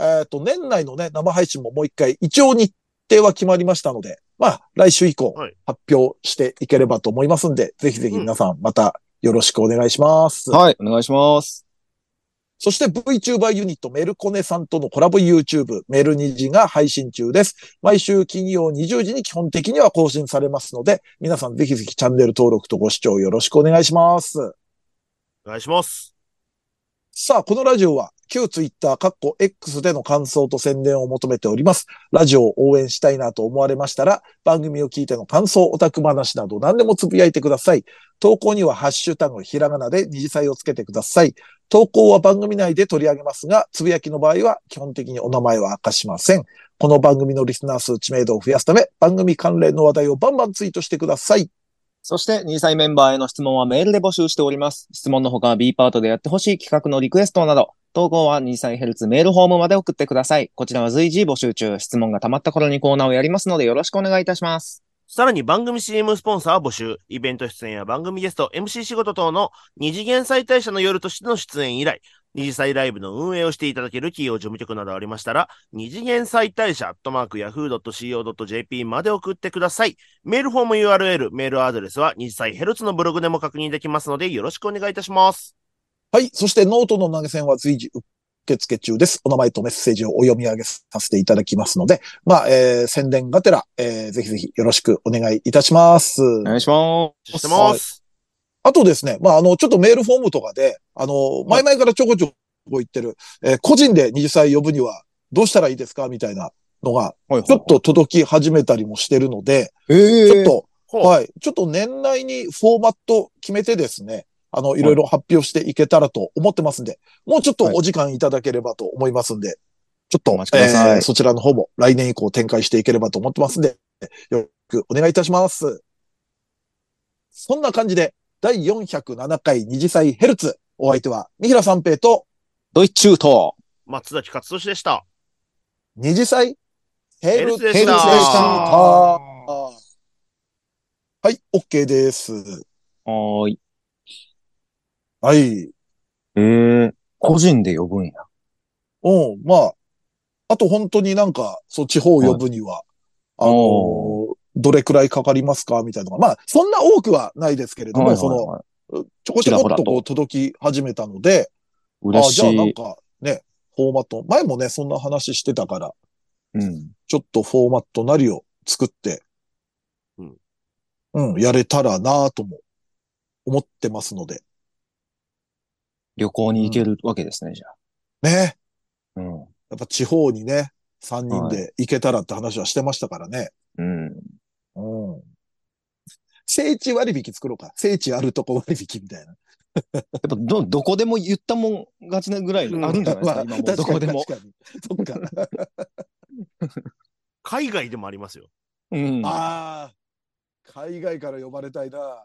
[SPEAKER 1] えっ、と、年内のね、生配信ももう一回、一応日程は決まりましたので、まあ、来週以降
[SPEAKER 3] はい、
[SPEAKER 1] 発表していければと思いますんで、ぜひぜひ皆さん、またよろしくお願いします。
[SPEAKER 2] はい、お願いします。
[SPEAKER 1] そして VTuber ユニットメルコネさんとのコラボ YouTube メルニジが配信中です。毎週金曜20時に基本的には更新されますので、皆さんぜひぜひチャンネル登録とご視聴よろしくお願いします。
[SPEAKER 3] お願いします。
[SPEAKER 1] さあ、このラジオは旧 Twitter、カッコ X での感想と宣伝を求めております。ラジオを応援したいなと思われましたら、番組を聞いての感想、オタク話など何でもつぶやいてください。投稿にはハッシュタグひらがなで二次祭をつけてください。投稿は番組内で取り上げますが、つぶやきの場合は基本的にお名前は明かしません。この番組のリスナー数知名度を増やすため、番組関連の話題をバンバンツイートしてください。
[SPEAKER 2] そして、2歳メンバーへの質問はメールで募集しております。質問のほか B パートでやってほしい企画のリクエストなど、投稿は2歳ヘルツメールホームまで送ってください。こちらは随時募集中。質問が溜まった頃にコーナーをやりますので、よろしくお願いいたします。
[SPEAKER 3] さらに番組 CM スポンサー募集、イベント出演や番組ゲスト、MC 仕事等の二次元再大社の夜としての出演以来、二次祭ライブの運営をしていただける企業事務局などありましたら、二次元再大社アットマーク yahoo.co.jp まで送ってください。メールフォーム URL、メールアドレスは二次祭ヘルツのブログでも確認できますので、よろしくお願いいたします。
[SPEAKER 1] はい。そしてノートの投げ銭は随時受付中です。お名前とメッセージをお読み上げさせていただきますので、まあ、えー、宣伝がてら、えー、ぜひぜひよろしくお願いいたします。
[SPEAKER 2] お願いしま
[SPEAKER 3] お待ちして
[SPEAKER 2] す。
[SPEAKER 3] ます。
[SPEAKER 1] あとですね、まあ、あの、ちょっとメールフォームとかで、あの、前々からちょこちょこ言ってる、えー個人で20歳呼ぶにはどうしたらいいですかみたいなのが、
[SPEAKER 2] はいはい
[SPEAKER 1] ちょっと届き始めたりもしてるので、
[SPEAKER 2] ええ
[SPEAKER 1] ちょっと、
[SPEAKER 3] ほう
[SPEAKER 1] はい。ちょっと年内にフォーマット決めてですね、あの、いろいろ発表していけたらと思ってますんで、もうちょっと
[SPEAKER 2] はい
[SPEAKER 1] お時間いただければと思いますんで、ちょっと、
[SPEAKER 2] お待ちください
[SPEAKER 1] えーそちらの方も来年以降展開していければと思ってますんで、よろしくお願いいたします。そんな感じで、第407回二次祭ヘルツ、お相手は、三平三平と
[SPEAKER 2] ドイツ中東。
[SPEAKER 3] 松崎勝利でした。
[SPEAKER 1] 二次祭ヘ
[SPEAKER 3] ヘル
[SPEAKER 1] ル
[SPEAKER 3] ツ
[SPEAKER 1] ツ
[SPEAKER 3] で
[SPEAKER 1] で
[SPEAKER 3] し
[SPEAKER 1] したた。はい、OK です。
[SPEAKER 2] はーい。
[SPEAKER 1] はい。
[SPEAKER 2] ええ個人で呼ぶんや。
[SPEAKER 1] うん、まあ、あと本当になんか、そう、地方を呼ぶには、あの
[SPEAKER 2] お
[SPEAKER 1] どれくらいかかりますかみたいなのが、まあ、そんな多くはないですけれども、その、ちょこちょこっと
[SPEAKER 2] ちらほ
[SPEAKER 1] こ
[SPEAKER 2] ら
[SPEAKER 1] う届き始めたので、あ
[SPEAKER 2] 嬉し
[SPEAKER 1] じゃあなん
[SPEAKER 2] い。
[SPEAKER 1] かね、フォーマット、前もね、そんな話してたから、
[SPEAKER 2] うん。
[SPEAKER 1] ちょっとフォーマットなりを作って、
[SPEAKER 3] うん
[SPEAKER 1] うん、やれたらなぁとも思ってますので、
[SPEAKER 2] 旅行に行けるわけですね、じゃあ。
[SPEAKER 1] ね、
[SPEAKER 2] うん。
[SPEAKER 1] やっぱ地方にね、3人で行けたらって話はしてましたからね。
[SPEAKER 2] うん。
[SPEAKER 1] うん。聖地割引作ろうか。聖地あるとこ割引みたいな。
[SPEAKER 2] やっぱど、どこでも言ったもん勝ちなぐらいあるんじゃないですか、今もうどこでも。
[SPEAKER 1] 確かに。確かにそっか。
[SPEAKER 3] 海外でもありますよ。
[SPEAKER 2] うん。
[SPEAKER 1] ああ、海外から呼ばれたいな。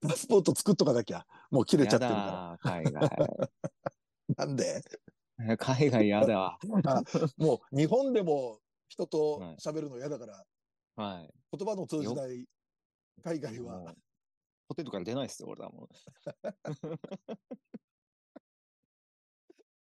[SPEAKER 1] パスポート作っとかなきゃ。もう切れちゃってるか
[SPEAKER 2] やだー
[SPEAKER 1] ら。なんで
[SPEAKER 2] 海外。海外やだ。
[SPEAKER 1] もう日本でも
[SPEAKER 2] (laughs)
[SPEAKER 1] 人と喋るの嫌だから、
[SPEAKER 2] は
[SPEAKER 1] 言葉の通じない海
[SPEAKER 2] い。
[SPEAKER 1] 外は
[SPEAKER 2] もうホテルから出ないっすよ、俺だもん。